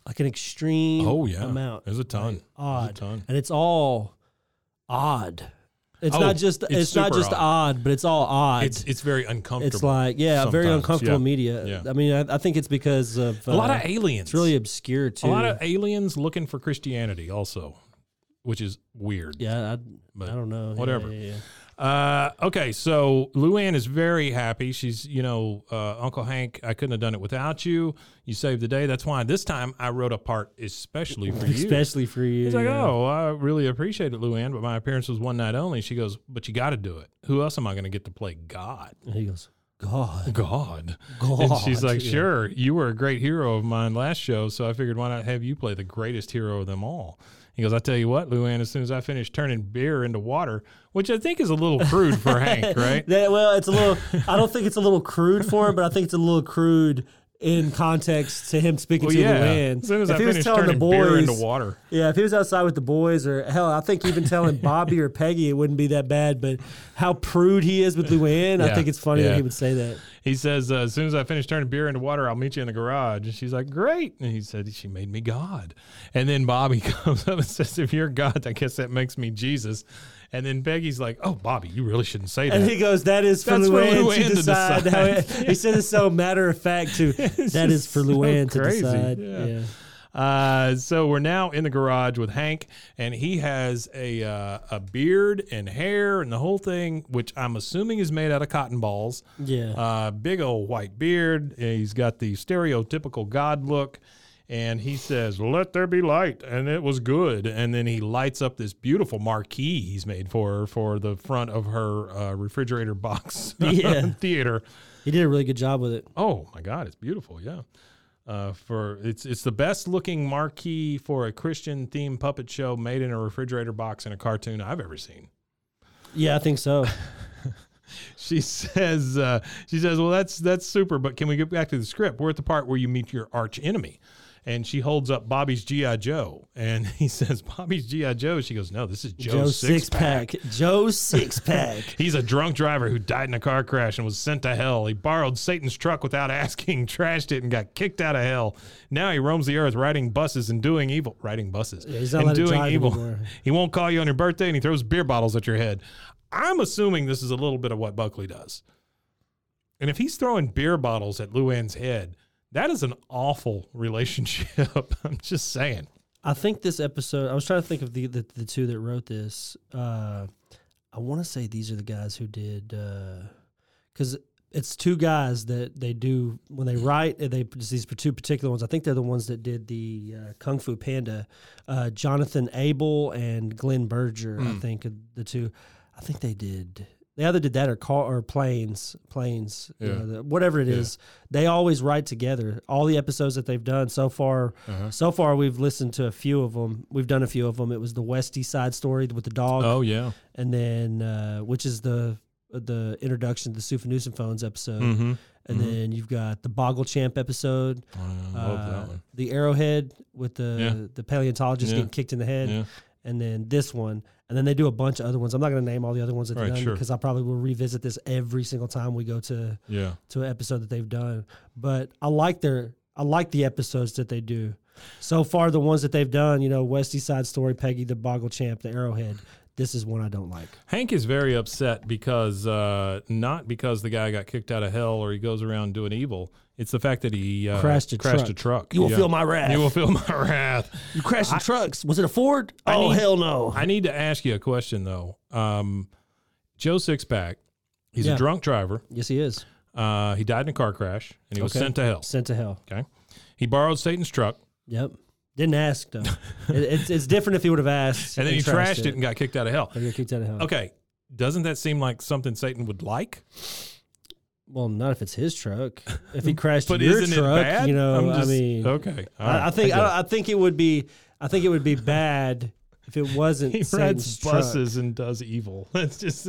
S3: like an extreme
S2: Oh, yeah.
S3: amount.
S2: There's a ton.
S3: Like,
S2: There's a
S3: odd.
S2: ton.
S3: And it's all odd. It's
S2: Oh,
S3: not just
S2: it's
S3: it's, not
S2: super
S3: just
S2: odd.
S3: odd. but it's all odd.
S2: It's it's very uncomfortable.
S3: It's like yeah, very
S2: sometimes.
S3: uncomfortable
S2: Yeah.
S3: media.
S2: Yeah.
S3: I mean, I, I think it's because of
S2: A lot of
S3: uh,
S2: aliens.
S3: It's really obscure
S2: a
S3: too.
S2: lot of aliens looking for Christianity also, which is weird.
S3: yeah. I,
S2: But
S3: I don't know. Yeah,
S2: whatever.
S3: yeah, yeah.
S2: Uh, okay, so Luann is very happy. She's, you know, uh, Uncle Hank, I couldn't have done it without you. You saved the day. That's why this time I wrote a part especially for you.
S3: Especially for you.
S2: He's like,
S3: yeah.
S2: oh, I really appreciate it, Luann, but my appearance was one night only. She goes, but you got to do it. Who else am I going to get to play God?
S3: And he goes, God.
S2: God.
S3: God.
S2: And she's like,
S3: Yeah.
S2: sure, you were a great hero of mine last show, so I figured why not have you play the greatest hero of them all? He goes, I tell you what, Luann, as soon as I finish turning beer into water, which I think is a little crude
S3: (laughs)
S2: for Hank, right?
S3: That, well, it's a little. I don't think it's a little crude for him, but I think it's a little crude in context to him speaking
S2: Well,
S3: to
S2: yeah.
S3: the wind.
S2: As soon as
S3: if
S2: I
S3: he was
S2: finish
S3: telling the
S2: turning beer into
S3: boys,
S2: water.
S3: yeah, if he was outside with the boys, or hell, I think even telling Bobby or Peggy, it wouldn't be that bad. But how prude he is with Luann,
S2: Yeah,
S3: I think it's funny
S2: yeah.
S3: that he would say that.
S2: He says, uh, as soon as I finish turning beer into water, I'll meet you in the garage. And she's like, great. And he said, she made me God. And then Bobby (laughs) comes up and says, if you're God, I guess that makes me Jesus. And then Peggy's like, oh, Bobby, you really shouldn't say that.
S3: And he goes, "That is for
S2: That's for
S3: Luann,
S2: Luann
S3: to
S2: to
S3: decide."
S2: decide.
S3: How it- he said it so matter of
S2: (laughs)
S3: fact too. that is
S2: just
S3: for
S2: so
S3: Luann to
S2: crazy.
S3: decide.
S2: Yeah.
S3: Yeah.
S2: Uh, so we're now in the garage with Hank, and he has a uh, a beard and hair and the whole thing, which I'm assuming is made out of cotton balls.
S3: Yeah.
S2: Uh, big old white beard. and He's got the stereotypical God look, and he says, "Let there be light," and it was good. And then he lights up this beautiful marquee he's made for her for the front of her uh, refrigerator box (laughs)
S3: Yeah.
S2: theater.
S3: He did a really good job with it.
S2: Oh my God, it's beautiful. Yeah. Uh, for it's it's the best looking marquee for a Christian themed puppet show made in a refrigerator box in a cartoon I've ever seen.
S3: Yeah, I think so.
S2: She says uh, she says, well that's that's super, but can we get back to the script? We're at the part where you meet your arch enemy, and she holds up Bobby's GI Joe, and (laughs) he says Bobby's GI Joe. She goes, no, this is Joe,
S3: Joe
S2: six,
S3: six pack. Joe
S2: (laughs)
S3: six pack.
S2: He's a drunk driver who died in a car crash and was sent to hell. He borrowed Satan's truck without (laughs) asking, trashed it, and got kicked out of hell. Now he roams the earth riding buses and doing evil. Riding buses.
S3: he's not
S2: and
S3: allowed to drive anymore.
S2: (laughs) He won't call you on your birthday and he throws beer bottles at your head. I'm assuming this is a little bit of what Buckley does. And if he's throwing beer bottles at Luann's head, that is an awful (laughs) relationship. I'm just saying.
S3: I think this episode. I was trying to think of the the, the two that wrote this. Uh, I want to say these are the guys who did uh, because it's two guys that they do when they write. They it's these two particular ones. I think they're the ones that did the uh, Kung Fu Panda. Uh, Jonathan Abel and Glenn Berger.
S2: Hmm.
S3: I think are the two. I think they did. They either did that or car or planes, planes, you
S2: Yeah.
S3: know, the- whatever it is. They always write together. All the episodes that they've done so far,
S2: Uh-huh.
S3: so far we've listened to a few of them. We've done a few of them. It was the Westy Side Story with the dog,
S2: Oh, yeah.
S3: and then uh, which is the the introduction to the Sufa Newsom Phones episode,
S2: Mm-hmm.
S3: and then you've got the Boggle Champ episode,
S2: Oh,
S3: uh, the Arrowhead with the
S2: Yeah.
S3: the paleontologist
S2: Yeah.
S3: getting kicked in the head,
S2: Yeah.
S3: and then this one, and then they do a bunch of other ones. I'm not going to name all the other ones that
S2: Right,
S3: they've done
S2: sure.
S3: because I probably will revisit this every single time we go to
S2: Yeah.
S3: to an episode that they've done. But I like their I like the episodes that they do. So far, the ones that they've done, you know, Westy Side Story, Peggy the Boggle Champ, the Arrowhead. This is one I don't like.
S2: Hank is very upset because uh, not because the guy got kicked out of hell or he goes around doing evil. It's the fact that he uh,
S3: Crashed a
S2: crashed
S3: truck.
S2: a truck.
S3: You will feel my wrath.
S2: You will feel (laughs) my wrath.
S3: You crashed the trucks. Was it a Ford?
S2: I
S3: oh
S2: need-
S3: hell no!
S2: I need to ask you a question though. Um, Joe Sixpack, he's a
S3: Yeah.
S2: drunk driver.
S3: yes, he is
S2: Uh, he died in a car crash and he was
S3: Okay.
S2: sent to hell.
S3: sent to hell.
S2: Okay, he borrowed Satan's truck
S3: Yep. Didn't ask
S2: (laughs)
S3: though. it, it's, it's different if he would have asked.
S2: and then he
S3: trashed
S2: trashed it and got kicked out of hell.
S3: Or got kicked out of hell.
S2: Okay,
S1: Doesn't that seem like something Satan would like?
S3: Well, not if it's his truck.
S2: (laughs)
S3: If he crashed
S1: But
S3: your
S1: isn't
S3: truck,
S1: it bad?
S3: you know,
S1: I'm
S3: I
S1: just-
S3: mean,
S1: okay. All right,
S3: I, I think
S1: get it.
S3: I, I think it would be I think it would be bad if it
S1: (laughs)
S3: wasn't
S1: he
S3: Satan's
S1: rides
S3: truck.
S1: buses and does evil. (laughs) That's just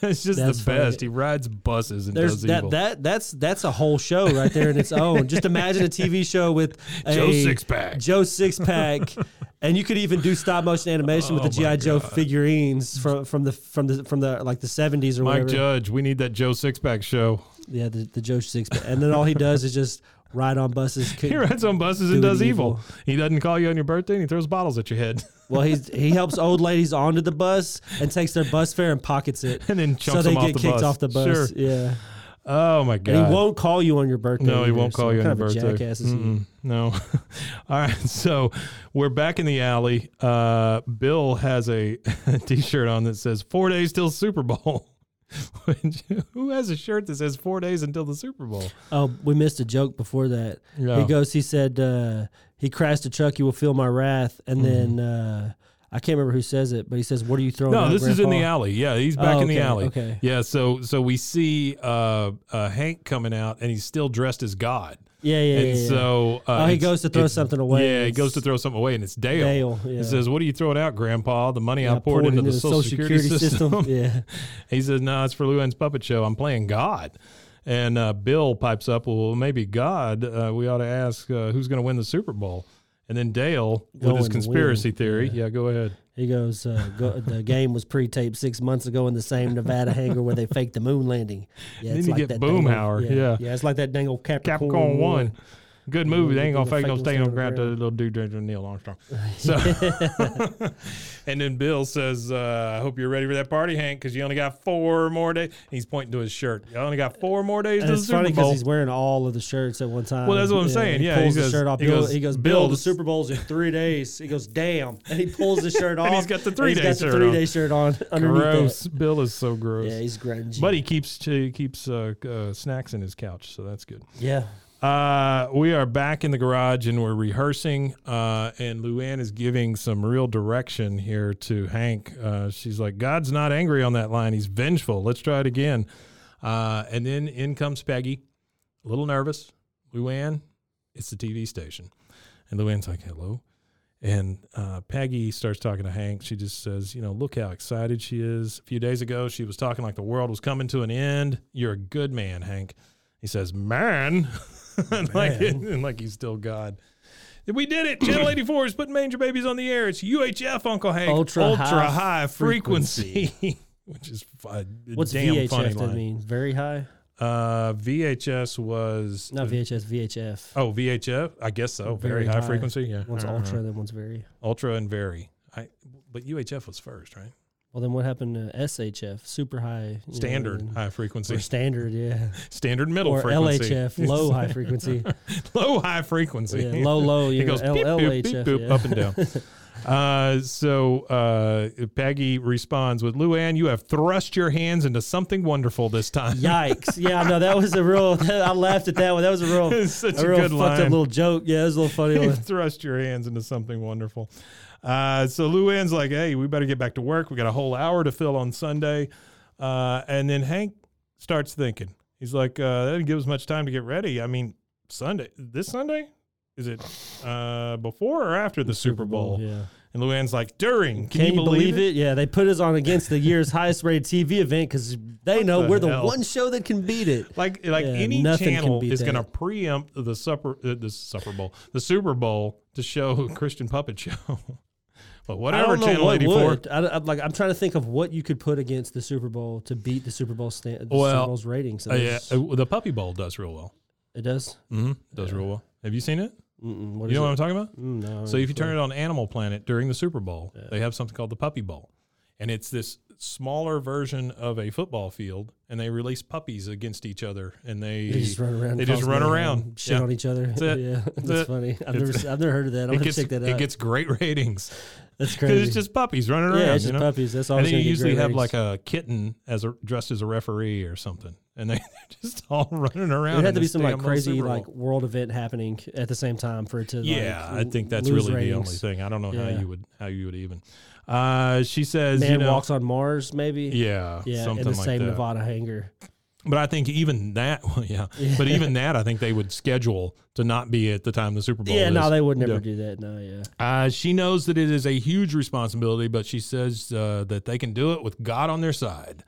S1: that's just
S3: That's
S1: the
S3: funny.
S1: best. He rides buses and
S3: There's
S1: does
S3: that
S1: evil.
S3: that that's that's a whole show right there in its own. Just imagine a TV show
S1: (laughs)
S3: with a
S1: Joe Sixpack.
S3: Joe Sixpack, and you could even do stop motion animation with
S1: Oh
S3: the GI
S1: my
S3: Joe
S1: God.
S3: figurines from from the from the from the like the seventies or
S1: Mike
S3: whatever.
S1: Judge, we need that Joe Sixpack show. (laughs)
S3: Yeah, the, the Joe Sixpack, and then all he does is just ride on
S1: (laughs)
S3: buses.
S1: He rides on buses and
S3: Doing
S1: does evil.
S3: evil.
S1: He doesn't call you on your birthday and he throws bottles at your head. (laughs)
S3: Well, he's he helps old ladies onto the bus and takes their bus fare and pockets it,
S1: (laughs) And then
S3: so
S1: chunks
S3: they
S1: them off
S3: get
S1: the
S3: kicked
S1: bus.
S3: off the bus.
S1: Sure.
S3: Yeah,
S1: Oh my
S3: and
S1: god.
S3: he won't call you on your birthday.
S1: No, he
S3: either,
S1: won't
S3: so
S1: call you on
S3: kind
S1: your
S3: of a
S1: birthday.
S3: Jackass is he?
S1: Mm-mm. No. (laughs) All right. So we're back in the alley. Uh, Bill has a (laughs) t shirt on that says four days till Super Bowl. (laughs) Which- Who has a shirt that says four days until the Super Bowl?
S3: Oh, we missed a joke before that.
S1: Yeah.
S3: He goes, he said, uh, he crashed a truck, you will feel my wrath. And then uh, I can't remember who says it, but he says, What are you throwing
S1: Mm-hmm. No,
S3: out,
S1: this is in the
S3: Oh, Grandpa?"
S1: alley. Yeah, he's back
S3: Oh,
S1: in the
S3: okay,
S1: alley.
S3: okay.
S1: Yeah, so so we see uh, uh, Hank coming out, and he's still dressed as God.
S3: Yeah, yeah, yeah.
S1: and
S3: yeah.
S1: so uh,
S3: Oh, he
S1: it's-
S3: goes to throw
S1: it's-
S3: something away.
S1: Yeah, he
S3: It's-
S1: goes to throw something away, and it's Dale.
S3: Dale, yeah.
S1: He says, "What are you throwing out, Grandpa? The money I poured, into, the Social, Security, system." (laughs)
S3: yeah.
S1: he says, "No, it's for Luann's puppet show. I'm playing God." And uh, Bill pipes up, "Well, maybe God. Uh, we ought to ask uh, who's going to win the Super Bowl." And then Dale, with
S3: Going
S1: his
S3: to
S1: conspiracy
S3: win,
S1: theory, yeah. go ahead.
S3: He goes, uh, go, The game was pre taped six months ago in the same Nevada hangar where they faked the moon landing. Yeah,
S1: Then
S3: it's
S1: you
S3: like
S1: get
S3: that dang old-
S1: Boomhauer, yeah.
S3: yeah. it's like that dang old Capricorn,
S1: Capricorn One, good movie. They
S3: they
S1: ain't gonna
S3: did the
S1: fake no
S3: fake
S1: stain
S3: on
S1: on
S3: the
S1: ground to the
S3: ground.
S1: little dude drinking Neil
S3: (laughs)
S1: Armstrong. So, (laughs) and then Bill says, uh, "I hope you're ready for that party, Hank, because you only got four more days." He's pointing to his shirt. You only got four more days
S3: And
S1: to the
S3: it's funny
S1: Super
S3: because
S1: Bowl.
S3: he's wearing all of the shirts at one time.
S1: Well, that's what I'm saying.
S3: he
S1: Yeah, he
S3: pulls
S1: goes-
S3: the shirt off.
S1: he
S3: He goes,
S1: goes,
S3: he goes,
S1: "Bill,
S3: Bill, the
S1: this-
S3: Super Bowl's in three days. He goes, damn, and he pulls
S1: (laughs)
S3: the shirt off.
S1: he's got the
S3: and
S1: three-day
S3: He's got
S1: shirt
S3: the three day
S1: on.
S3: shirt on. Underneath
S1: gross. Bill is so
S3: That.
S1: gross.
S3: Yeah, he's grungy.
S1: but he keeps he keeps uh, uh, snacks in his couch, so that's good.
S3: yeah,
S1: Uh, we are back in the garage and we're rehearsing. Uh, and Luann is giving some real direction here to Hank. Uh, she's like, God's not angry on that line. He's vengeful. Let's try it again. Uh, and then in comes Peggy, a little nervous. Luann, it's the TV station. And Luann's like, hello. And uh, Peggy starts talking to Hank. She just says, you know, look how excited she is. A few days ago, she was talking like the world was coming to an end. You're a good man, Hank. He says, man. (laughs) and like, (laughs) and like he's still God. We did it. Channel 84 is putting Manger Babies on the air. It's UHF, Uncle Hank.
S3: Ultra high
S1: high frequency. (laughs) Which is a
S3: what's
S1: damn
S3: VHF?
S1: funny
S3: that
S1: line.
S3: mean very high.
S1: Uh, VHS was
S3: Not VHS, VHF.
S1: Oh, VHF. I guess so. Very, high, frequency. Yeah.
S3: one's
S1: Uh-huh.
S3: ultra, then one's very.
S1: Ultra and very. I. But UHF was first, right?
S3: Well, then what happened to SHF? Super high you know,
S1: Standard
S3: and-
S1: high frequency.
S3: or standard, yeah,
S1: (laughs) standard middle
S3: or
S1: frequency. (laughs)
S3: LHF, low high frequency,
S1: low high frequency.
S3: yeah, low low.
S1: (laughs)
S3: You
S1: It goes
S3: know,
S1: beep, boop, beep,
S3: LHF,
S1: boop,
S3: yeah. (laughs)
S1: up and down. Uh, so uh, Peggy responds with, "Luann, you have thrust your hands into something wonderful this time."
S3: Yikes! Yeah, no, that was a real. (laughs) I laughed at that one. That was a real,
S1: It's (laughs) such a
S3: real
S1: good
S3: fucked up
S1: line.
S3: little joke. Yeah, it was a little
S1: (laughs)
S3: funny
S1: you
S3: one.
S1: thrust your hands into something wonderful. Uh, so Luann's like, hey, we better get back to work. We got a whole hour to fill on Sunday. Uh, and then Hank starts thinking. He's like, uh, that didn't give us much time to get ready. I mean, Sunday, this Sunday? Is it uh, before or after the Super Bowl?
S3: Yeah.
S1: And Luann's like, during. Can,
S3: Can, you believe it? Yeah, they put us on against the year's
S1: (laughs)
S3: highest rated TV event because they know
S1: the
S3: we're the
S1: hell?
S3: one show that can beat it.
S1: Like, like
S3: Yeah,
S1: any
S3: nothing can
S1: channel
S3: beat
S1: is going to
S3: that.
S1: preempt the supper, uh, the Supper Bowl, the Super Bowl to show (laughs) a Christian puppet show. but whatever
S3: I don't know
S1: channel
S3: what
S1: eighty four,
S3: would. I, am like, I'm trying to think of what you could put against the Super Bowl to beat the Super Bowl stand, the
S1: Well,
S3: Super Bowl's ratings. So
S1: Uh, (laughs) yeah,
S3: there's-
S1: uh, well, the Puppy Bowl does real well.
S3: it does.
S1: Mm-hmm. Does real well. Have you seen it?
S3: Mm-mm, what
S1: you
S3: is
S1: know
S3: it?
S1: what I'm talking about?
S3: Mm, no,
S1: So if you turn it on Animal Planet during the Super Bowl, they have something called the Puppy Bowl, and it's this smaller version of a football field, and they release puppies against each other, and they,
S3: They just run around.
S1: They
S3: and
S1: just
S3: cause
S1: run
S3: mayhem,
S1: around.
S3: Shit
S1: Yeah.
S3: on each other.
S1: it.
S3: (laughs) Yeah,
S1: That's
S3: that's
S1: it.
S3: funny. I've
S1: It's-
S3: never, s- I've never heard
S1: (laughs)
S3: of that. I'm
S1: It
S3: gonna
S1: gets
S3: check that out.
S1: it gets great ratings (laughs)
S3: that's
S1: because
S3: crazy.
S1: it's just puppies running
S3: Yeah,
S1: around.
S3: it's
S1: you
S3: just
S1: know?
S3: puppies. That's
S1: And
S3: always
S1: then you
S3: gonna get
S1: usually
S3: great
S1: have like
S3: ratings.
S1: a kitten as a, dressed as a referee or something, and they, (laughs) they're just all running around.
S3: It'd
S1: in
S3: have to be
S1: this
S3: some like
S1: damn little
S3: crazy
S1: Super Bowl.
S3: like world event happening at the same time for it to.
S1: Yeah,
S3: like,
S1: I think that's
S3: lose
S1: really the only
S3: ratings.
S1: thing. I don't know
S3: Yeah.
S1: how you would how you would even. Uh, she says,
S3: Man
S1: you know,
S3: walks on Mars. hours, maybe.
S1: Yeah,
S3: yeah,
S1: something
S3: in the
S1: like
S3: same
S1: that.
S3: Nevada hangar.
S1: But I think even that, (laughs) well, yeah. But even that, I think they would schedule to not be at the time the Super Bowl.
S3: yeah,
S1: is.
S3: no, they would never
S1: Yeah.
S3: do that. No, yeah.
S1: Uh, she knows that it is a huge responsibility, but she says uh, that they can do it with God on their side.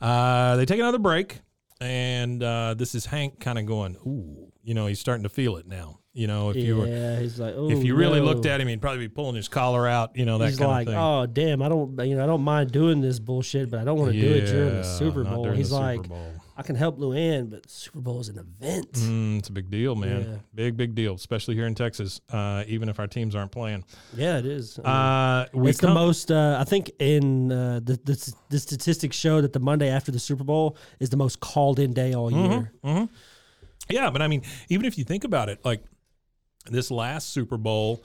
S1: Uh, they take another break, and uh, this is Hank kind of going, "Ooh, you know, he's starting to feel it now. You know, if
S3: yeah,
S1: you were,
S3: he's like, oh,
S1: if you really
S3: no."
S1: looked at him, he'd probably be pulling his collar out. You know, that
S3: he's
S1: kind
S3: like,
S1: of thing.
S3: oh, damn, I don't, you know, I don't mind doing this bullshit, but I don't want to do it during the
S1: Yeah,
S3: Super
S1: not
S3: Bowl.
S1: during the
S3: He's
S1: Super
S3: like,
S1: Bowl.
S3: I can help Luann, but the Super Bowl is an event.
S1: Mm, it's a big deal, man.
S3: Yeah.
S1: Big, big deal, especially here in Texas. Uh, even if our teams aren't playing,
S3: Yeah, it is. I mean,
S1: uh, we
S3: it's
S1: come-
S3: the most. Uh, I think in uh, the, the the statistics show that the Monday after the Super Bowl is the most called in day all
S1: Mm-hmm.
S3: year.
S1: Yeah, but I mean, even if you think about it, like this last Super Bowl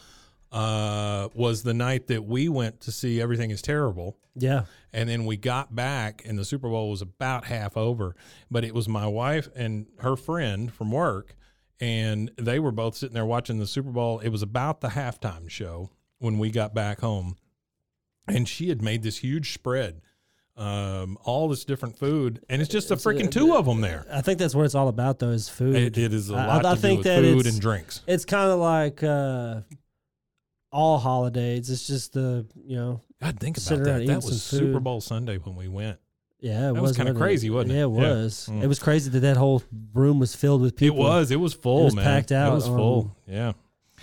S1: uh, was the night that we went to see Everything Is Terrible,
S3: Yeah,
S1: and then we got back, and the Super Bowl was about half over. But it was my wife and her friend from work, and they were both sitting there watching the Super Bowl. It was about the halftime show when we got back home, and she had made this huge spread. Um, all this different food, and it's just the freaking two of them there.
S3: I think that's what it's all about, though, is food.
S1: It, it is a
S3: I- I-
S1: lot
S3: I
S1: to do
S3: think
S1: with
S3: that
S1: food
S3: it's-
S1: and drinks.
S3: It's kind of like uh, all holidays. It's just the you know,
S1: God, think
S3: sit
S1: about
S3: around
S1: that.
S3: and
S1: That
S3: eat
S1: was
S3: some
S1: Super
S3: food.
S1: Bowl Sunday when we went.
S3: yeah, it
S1: That was kinda
S3: wasn't
S1: crazy, wasn't it?
S3: Yeah, it
S1: Yeah.
S3: was.
S1: Mm.
S3: It was crazy that that whole room was filled with people.
S1: It was. It was full,
S3: It was
S1: man.
S3: packed out
S1: It was
S3: on-
S1: full. Yeah,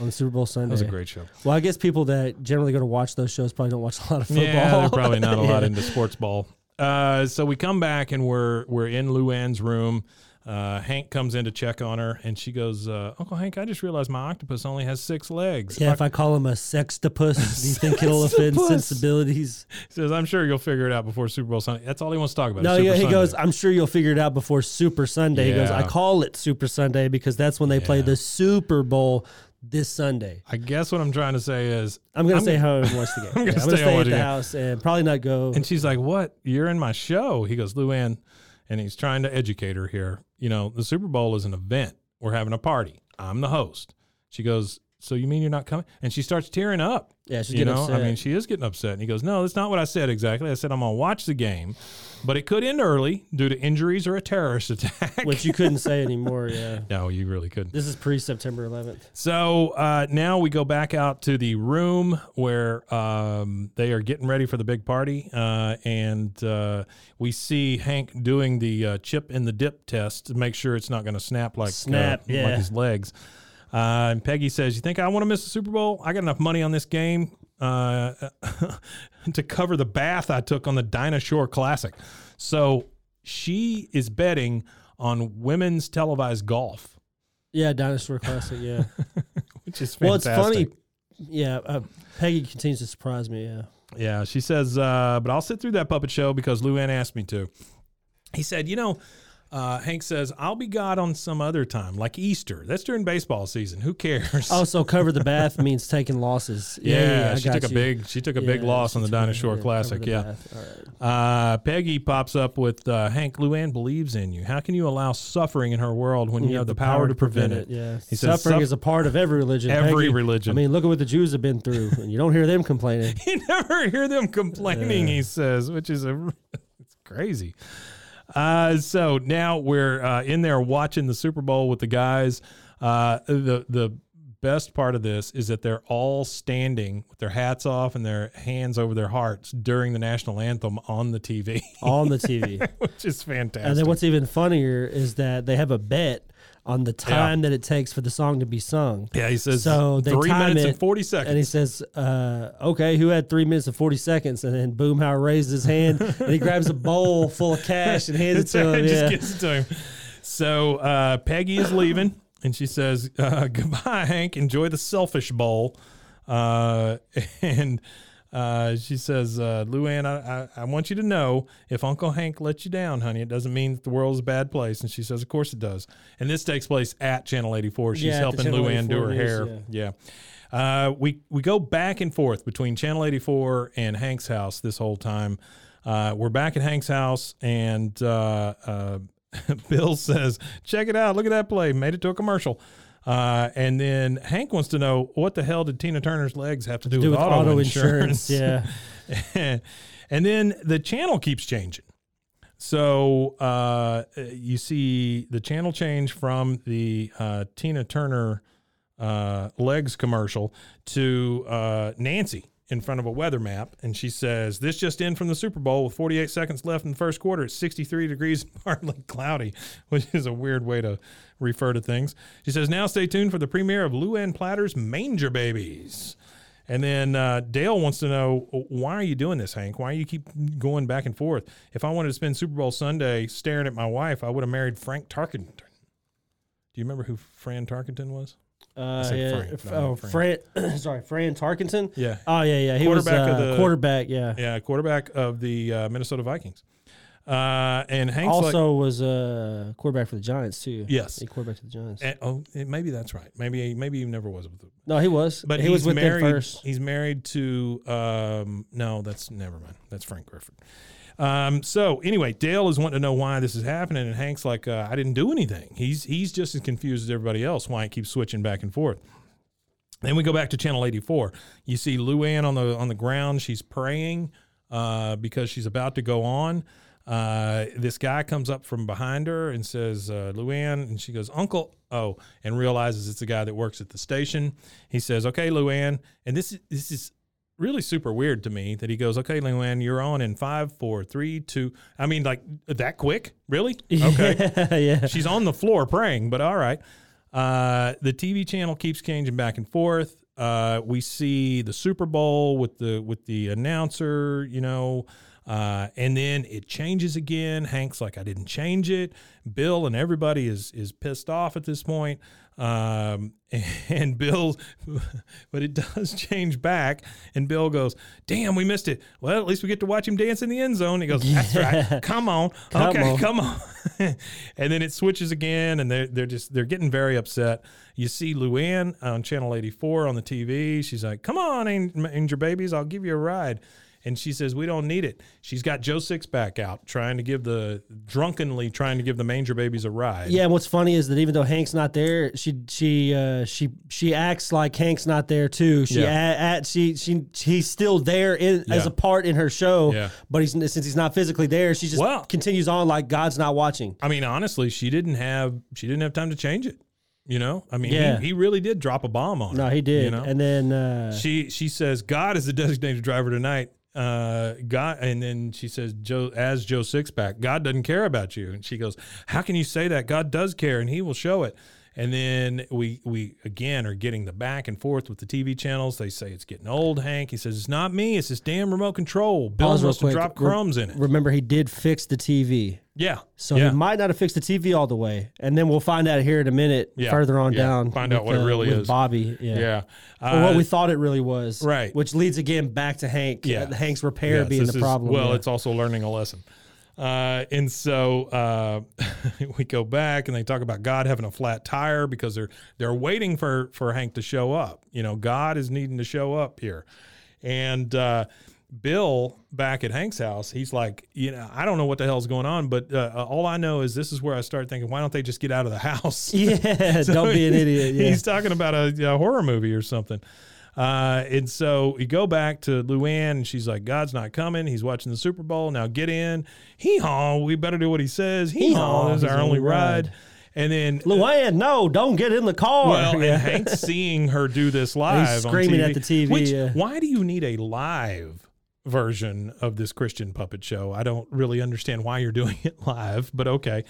S3: on Super Bowl Sunday.
S1: that was a great show.
S3: Well, I guess people that generally go to watch those shows probably don't watch a (laughs) lot of football.
S1: Yeah, they're probably not a lot
S3: (laughs) Yeah.
S1: into sports ball. Uh, so we come back and we're we're in Luann's room. Uh, Hank comes in to check on her, and she goes, uh, "Uncle Hank, I just realized my octopus only has six legs."
S3: Yeah, if I call him a sextopus, do you think it'll offend
S1: Sextopus.
S3: sensibilities?
S1: He says, "I'm sure you'll figure it out before Super Bowl Sunday." That's all he wants to talk about.
S3: No,
S1: is Super
S3: yeah, he
S1: Sunday.
S3: goes, I'm sure you'll figure it out before Super Sunday. He goes, I
S1: Yeah.
S3: call it Super Sunday because that's when they play
S1: Yeah.
S3: the Super Bowl this Sunday.
S1: "I guess what I'm trying to say is
S3: I'm going
S1: I'm
S3: to stay
S1: gonna-
S3: home
S1: (laughs)
S3: and watch the game.
S1: I'm gonna
S3: Yeah,
S1: stay home and
S3: at the
S1: watch the game.
S3: house and probably not go.
S1: And (laughs) she's like, "What? You're in my show." He goes, "Luann," and he's trying to educate her here. You know, the Super Bowl is an event. We're having a party. I'm the host. She goes, "So you mean you're not coming?" And she starts tearing up.
S3: Yeah, she's
S1: you
S3: getting
S1: know,
S3: upset.
S1: I mean, she is getting upset. And he goes, "No, that's not what I said exactly. I said I'm gonna watch the game, but it could end early due to injuries or a terrorist (laughs) attack."
S3: which you couldn't say anymore. Yeah.
S1: no, you really couldn't.
S3: This is pre September 11th.
S1: So uh, now we go back out to the room where um, they are getting ready for the big party, uh, and uh, we see Hank doing the uh, chip in the dip test to make sure it's not going to snap like uh,
S3: Snap, yeah.
S1: like his legs. Uh, and Peggy says, "You think I want to miss the Super Bowl? I got enough money on this game uh, (laughs) to cover the bath I took on the Dinosaur Classic." So she is betting on women's televised golf,
S3: Yeah, Dinosaur Classic.
S1: (laughs)
S3: Yeah.
S1: which is fantastic.
S3: well, it's funny. Yeah. Uh, Peggy continues to surprise me. Yeah.
S1: Yeah, she says, uh, but I'll sit through that puppet show because Luann asked me to. He said, you know, uh, Hank says, I'll be God on some other time, like Easter. That's during baseball season. Who cares?
S3: Oh, so cover the bath means taking losses.
S1: (laughs) yeah,
S3: Yeah, yeah, I
S1: she
S3: got
S1: took a
S3: you.
S1: big she took a big
S3: Yeah,
S1: loss on the
S3: she took a-
S1: Dinosaur
S3: yeah,
S1: Classic.
S3: cover the
S1: Yeah,
S3: bath. All right.
S1: uh, Peggy pops up with uh, Hank. Luann believes in you. How can you allow suffering in her world when you, have the, power, to prevent, it?
S3: Yeah,
S1: He says,
S3: suffering
S1: "Suff-
S3: is a part of every religion.
S1: Every
S3: Peggy.
S1: religion.
S3: I mean, look at what the Jews have been through, and you don't hear
S1: (laughs)
S3: them complaining.
S1: you never hear them complaining, he says, which is a it's crazy. Uh, so now we're uh, in there watching the Super Bowl with the guys. Uh, the the best part of this is that they're all standing with their hats off and their hands over their hearts during the national anthem on the TV,
S3: on the TV.
S1: (laughs) which is fantastic.
S3: and then what's even funnier is that they have a bet on the time that it takes for the song to be sung.
S1: yeah, he says.
S3: So they
S1: three
S3: time
S1: minutes
S3: it,
S1: and forty seconds.
S3: And he says, uh, "Okay, who had three minutes and forty seconds?" And then Boomhauer raises
S1: (laughs)
S3: his hand, and he grabs a bowl full of cash and hands it to
S1: It
S3: him.
S1: just
S3: yeah.
S1: gets to him. So uh, Peggy is leaving, and she says, (laughs) uh, "Goodbye, Hank. Enjoy the selfish bowl." Uh, (laughs) and uh, she says, uh, "Luann, I, I, I want you to know if Uncle Hank let you down, honey, it doesn't mean that the world's a bad place." And she says, "Of course it does." And this takes place at Channel 84. She's
S3: Yeah, at the
S1: helping
S3: Channel
S1: Luann do
S3: 84
S1: her
S3: news,
S1: hair.
S3: yeah.
S1: Yeah. Uh, we we go back and forth between Channel 84 and Hank's house this whole time. Uh, we're back at Hank's house, and uh, uh, (laughs) Bill says, "Check it out! Look at that play! Made it to a commercial." Uh, and then Hank wants to know what the hell did Tina Turner's legs have to do,
S3: do
S1: with, auto, (laughs)
S3: insurance.
S1: insurance?
S3: yeah.
S1: and And then the channel keeps changing. So uh, you see the channel change from the uh, Tina Turner uh, legs commercial to uh, Nancy in front of a weather map, and she says, "This just in from the Super Bowl with 48 seconds left in the first quarter. It's 63 degrees, (laughs) partly cloudy, which is a weird way to refer to things." She says, "Now stay tuned for the premiere of Lou Ann Platter's Manger Babies." And then uh, Dale wants to know why are you doing this, Hank? Why you keep going back and (laughs) forth? If I wanted to spend Super Bowl Sunday staring at my wife, I would have married Frank Tarkenton. Do you remember who Fran Tarkenton was?
S3: Uh,
S1: said
S3: yeah,
S1: Frank,
S3: if-
S1: no,
S3: oh,
S1: not
S3: Fran. (clears throat) sorry, Fran Tarkenton.
S1: Yeah.
S3: Oh yeah, yeah. He
S1: Quarterback
S3: was
S1: of
S3: uh,
S1: the-
S3: quarterback. Yeah.
S1: Yeah, quarterback of the uh, Minnesota Vikings. Uh, and Hank's like-
S3: also was uh, quarterback for the Giants too.
S1: Yes.
S3: He quarterback for the Giants.
S1: Eh, oh, eh, maybe that's right. Maybe maybe he never was with them.
S3: no, he was.
S1: But
S3: he was
S1: he's
S3: with
S1: married,
S3: them first.
S1: He's married to um, no, that's never mind. That's Frank Griffin. Um, so anyway, Dale is wanting to know why this is happening, and Hank's like, uh, I didn't do anything. He's he's just as confused as everybody else why it keeps switching back and forth. Then we go back to channel 84. You see Luann on the on the ground. She's praying uh, because she's about to go on. Uh, this guy comes up from behind her and says, uh, Luann, and she goes, Uncle, oh, and realizes it's the guy that works at the station. He says, Okay, Luann, and this is this is really super weird to me that he goes, Okay, Luann, you're on in five, four, three, two. I mean, like that quick, really? Okay.
S3: (laughs) yeah.
S1: She's on the floor praying, but all right. Uh, the TV channel keeps changing back and forth. Uh, we see the Super Bowl with the with the announcer, you know, uh, and then it changes again. Hank's like, "I didn't change it." Bill and everybody is is pissed off at this point. Um, (laughs) (laughs) and Bill, but it does change back, and Bill goes, "Damn, we missed it." Well, at least we get to watch him dance in the end zone. He goes, "That's right. Come on,
S3: Come
S1: okay,
S3: on.
S1: come on." (laughs) and then it switches again, and they're they're just they're getting very upset. You see Luann on channel eighty four on the TV. She's like, "Come on, Ang- Angel Babies, I'll give you a ride." And she says, "We don't need it." She's got Joe Sixpack out trying to give the drunkenly trying to give the manger babies a ride.
S3: Yeah, and what's funny is that even though Hank's not there, she she uh, she she acts like Hank's not there too. She
S1: Yeah.
S3: a- at, she she he's still there in, as
S1: Yeah.
S3: a part in her show,
S1: Yeah.
S3: but he's since he's not physically there, she just
S1: Well-
S3: continues on like God's not watching.
S1: I mean, honestly, she didn't have she didn't have time to change it. You know, I mean,
S3: Yeah.
S1: he, he really did drop a bomb on her.
S3: No, he did,
S1: You know?
S3: and then uh,
S1: she she says God is the designated driver tonight. Uh, God, and then she says Joe as Joe Sixpack, God doesn't care about you. And she goes, How can you say that? God does care, and He will show it. And then we we again are getting the back and forth with the TV channels. They say it's getting old. Hank, he says it's not me. It's this damn remote control. Bill
S3: Pause real
S1: wants to
S3: quick.
S1: drop
S3: Re-
S1: crumbs in it.
S3: remember he did fix the TV.
S1: yeah.
S3: So
S1: yeah.
S3: he might not have fixed the TV all the way, and then we'll find out here in a minute,
S1: Yeah,
S3: further on
S1: yeah.
S3: down.
S1: Find out what it really
S3: with
S1: is.
S3: Bobby. Yeah,
S1: yeah.
S3: or what
S1: Uh,
S3: we thought it really was.
S1: Right.
S3: which leads again back to Hank.
S1: Yeah.
S3: uh, Hank's repair
S1: Yes,
S3: being
S1: this
S3: the
S1: is-
S3: problem.
S1: well,
S3: yeah.
S1: it's also learning a lesson. Uh, and so uh, (laughs) we go back and they talk about God having a flat tire because they're they're waiting for for Hank to show up. You know, God is needing to show up here. And uh, Bill back at Hank's house, he's like, you know, I don't know what the hell's going on, but uh, all I know is this is where I start thinking, why don't they just get out of the (laughs) house?
S3: (laughs)
S1: (laughs)
S3: Yeah, don't be an idiot. Yeah.
S1: He's talking about a, a horror movie or something. Uh, and so you go back to Luann, and she's like, "God's not coming. He's watching the Super Bowl. Now get in. Hee haw. We better do what he says. Hee haw.
S3: Hee-haw,
S1: This is our only ride." And then,
S3: Luann, no, don't get in the car.
S1: well,
S3: (laughs) Yeah.
S1: and Hank's seeing her do this live. on
S3: screaming at the TV,
S1: Which,
S3: yeah.
S1: Why do you need a live? version of this Christian puppet show. I don't really understand why you're doing (laughs) it live, but okay.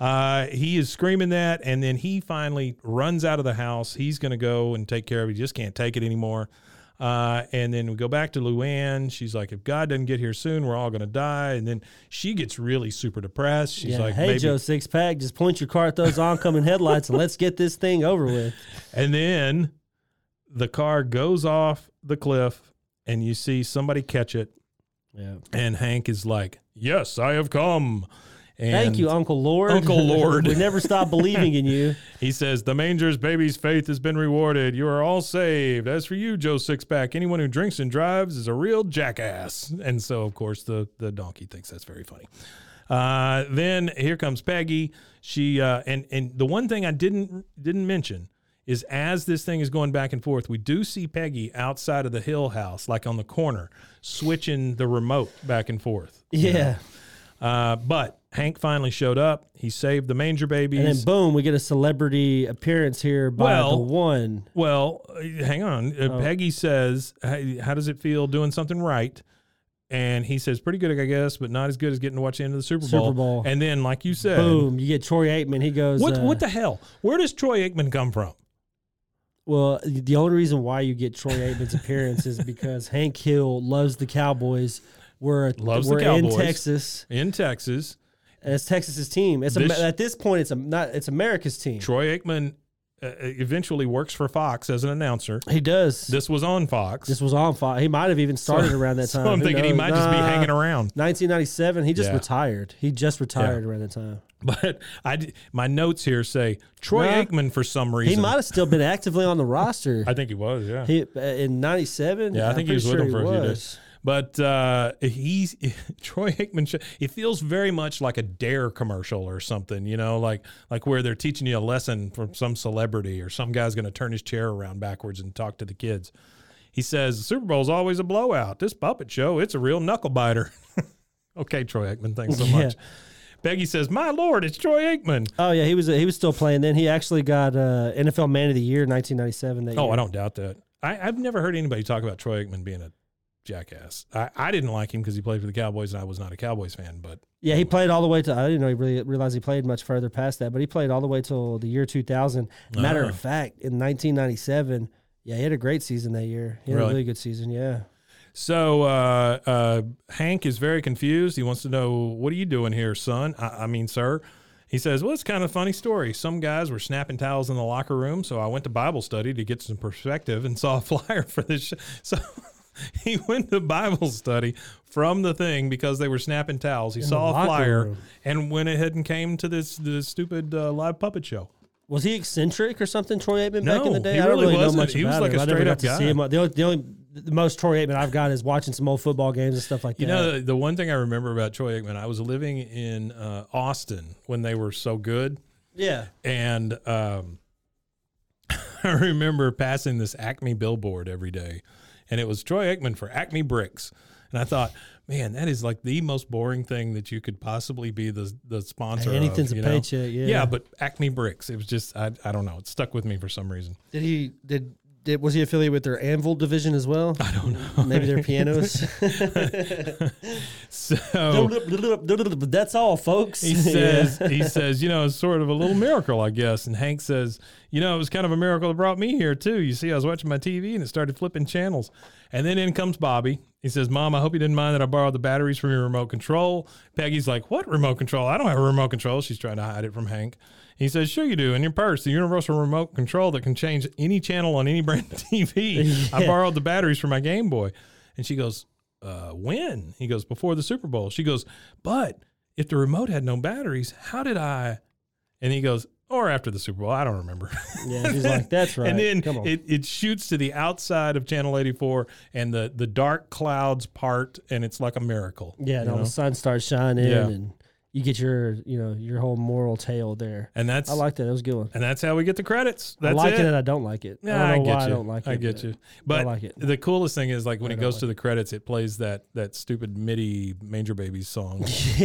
S1: Uh, he is screaming that, and then he finally runs out of the house. He's going to go and take care of it. He just can't take it anymore. Uh, and then we go back to Luann. She's like, if God doesn't get here soon, we're all going to die. And then she gets really super depressed. She's
S3: Yeah,
S1: like,
S3: hey,
S1: maybe,
S3: Joe Six Pack, just point your car at those oncoming headlights and let's get this thing over with.
S1: And then the car goes off the cliff, and you see somebody catch it.
S3: Yeah.
S1: And Hank is like, Yes, I have come. And
S3: Thank you, Uncle Lord. (laughs)
S1: Uncle Lord.
S3: we never stop believing
S1: (laughs)
S3: in you.
S1: He says, The manger's baby's faith has been rewarded. You are all saved. As for you, Joe Sixpack, anyone who drinks and drives is a real jackass. And so, of course, the, the donkey thinks that's very funny. Uh, then here comes Peggy. She uh, and and the one thing I didn't didn't mention is as this thing is going back and forth, we do see Peggy outside of the Hill House, like on the corner, switching the remote back and forth.
S3: Yeah.
S1: Uh, but Hank finally showed up. He saved the manger babies.
S3: And then boom, we get a celebrity appearance here by the
S1: Well-
S3: one.
S1: Well, uh, hang on.
S3: Oh.
S1: Uh, Peggy says, hey, "How does it feel doing something right?" And he says, "Pretty good, I guess, but not as good as getting to watch the end of the Super Bowl."
S3: Super Bowl.
S1: And then, like you said,
S3: Boom, you get Troy Aikman. He goes,
S1: what
S3: uh,
S1: what the hell? Where does Troy Aikman come from?
S3: Well, the only reason why you get Troy Aikman's appearance is
S1: (laughs)
S3: because Hank Hill loves the Cowboys. We're
S1: Loves the
S3: we're in
S1: Cowboys.
S3: Texas,
S1: In Texas,
S3: and it's Texas's team. It's
S1: This-
S3: Am- at this point, it's a, not it's America's team.
S1: Troy Aikman uh, eventually works for Fox as an announcer.
S3: he does. This,
S1: This was on Fox.
S3: was on fire. He might have even started around
S1: (laughs)
S3: that
S1: so
S3: time.
S1: I'm
S3: Who
S1: thinking he
S3: knows?
S1: might just be
S3: Nah.
S1: hanging around. (laughs)
S3: 1997. He just
S1: Yeah.
S3: retired. He just retired around that time.
S1: But I, d- my notes here say Troy
S3: Nah.
S1: Aikman for some
S3: He
S1: reason.
S3: might have still been actively on
S1: (laughs)
S3: the roster.
S1: I think he was. Yeah.
S3: He uh, in '97.
S1: Yeah, I
S3: I'm
S1: think he
S3: pretty
S1: was with
S3: sure
S1: him for a few days.
S3: was.
S1: But uh, he's (laughs) Troy Aikman. sh- It feels very much like a Dare commercial or something, you know, like like where they're teaching you a lesson from some celebrity or some guy's going to turn his chair around backwards and talk to the kids. He says the Super Bowl's always a blowout. This puppet show, it's a real knuckle biter. (laughs) okay, Troy Aikman, thanks so
S3: Yeah.
S1: much. Peggy says, "My lord, it's Troy Aikman."
S3: Oh yeah, he was he was still playing then. He actually got uh, NFL Man of the Year in 1997. That
S1: Oh,
S3: year.
S1: I don't doubt that. I, I've never heard anybody talk about Troy Aikman being a jackass. I, I didn't like him because he played for the Cowboys and I was not a Cowboys fan, but
S3: Yeah, he played all the way to. I didn't know he really realized he played much further past that, but he played all the way till the year 2000. Matter
S1: Ah.
S3: of fact, in 1997, yeah, he had a great season that year. He had
S1: Really?
S3: a really good season. Yeah.
S1: So uh, uh, Hank is very confused. He wants to know, "What are you doing here, son?" I, I mean, sir. He says, "Well, it's kind of a funny story. Some guys were snapping towels in the locker room, so I went to Bible study to get some perspective and (laughs) saw a flyer for this." Sh-. So (laughs) he went to Bible study from the thing because they were snapping towels. He saw a
S3: locker
S1: flyer
S3: room.
S1: and went ahead and came to this this stupid uh, live puppet show.
S3: Was he eccentric or something, Troy Aikman, back
S1: No,
S3: in the day?
S1: he
S3: I don't
S1: really
S3: really
S1: wasn't.
S3: know much
S1: He was
S3: about
S1: like
S3: him.
S1: a
S3: I never
S1: straight
S3: got
S1: up
S3: to
S1: guy.
S3: see him. The only, the only the most Troy Aikman I've got is watching some old football games and stuff like
S1: You
S3: that.
S1: know, the one thing I remember about Troy Aikman, I was living in uh, Austin when they were so good.
S3: yeah.
S1: and um, (laughs) I remember passing this Acme billboard every day, and it was Troy Aikman for Acme Bricks, and I thought, man, that is like the most boring thing that you could possibly be the the sponsor.
S3: Hey, anything's
S1: of,
S3: a
S1: you know?
S3: paycheck, yeah.
S1: but Acme Bricks, it was just I I don't know, it stuck with me for some reason. (laughs)
S3: Did he did did was he affiliated with their Anvil division as well? I don't know. Maybe
S1: (laughs)
S3: their pianos.
S1: So.
S3: (laughs) That's all, folks.
S1: Oh. He
S3: (laughs)
S1: says, he says, you know, it's sort of a little miracle, I guess. And Hank says, you know, it was kind of a miracle that brought me here too. You see, I was watching my TV and it started flipping channels. And then in comes Bobby. He says, Mom, I hope you didn't mind that I borrowed the batteries from your remote control. Peggy's like, What remote control? I don't have a remote control. She's trying to hide it from Hank. He says, Sure you do. In your purse, the universal remote control that can change any channel on any (laughs) brand of TV. I borrowed the batteries from my Game Boy. And she goes, uh, when? He goes, before the Super Bowl. She goes, but if the remote had no batteries, how did I? And he goes, or after the Super Bowl, I don't remember.
S3: Yeah, she's like, that's
S1: (laughs)
S3: right.
S1: and then
S3: Come on.
S1: it, it shoots to the outside of Channel 84 and the, the dark clouds part, and it's like a miracle.
S3: yeah, and
S1: you
S3: all the
S1: know?
S3: sun starts shining,
S1: Yeah.
S3: and you get your, you know, your whole moral tale there.
S1: and that's
S3: I like that. That was a good one.
S1: and that's how we get the credits. That's
S3: I like it.
S1: it.
S3: and I don't like it.
S1: Yeah,
S3: I
S1: I,
S3: don't know
S1: get
S3: why
S1: you.
S3: I don't like it.
S1: I get
S3: but
S1: you. But (laughs)
S3: like it.
S1: the coolest thing is like when it
S3: don't
S1: goes
S3: like
S1: to the credits, it plays that that stupid MIDI Manger Babies
S3: (laughs)
S1: song.
S3: Yeah, (laughs)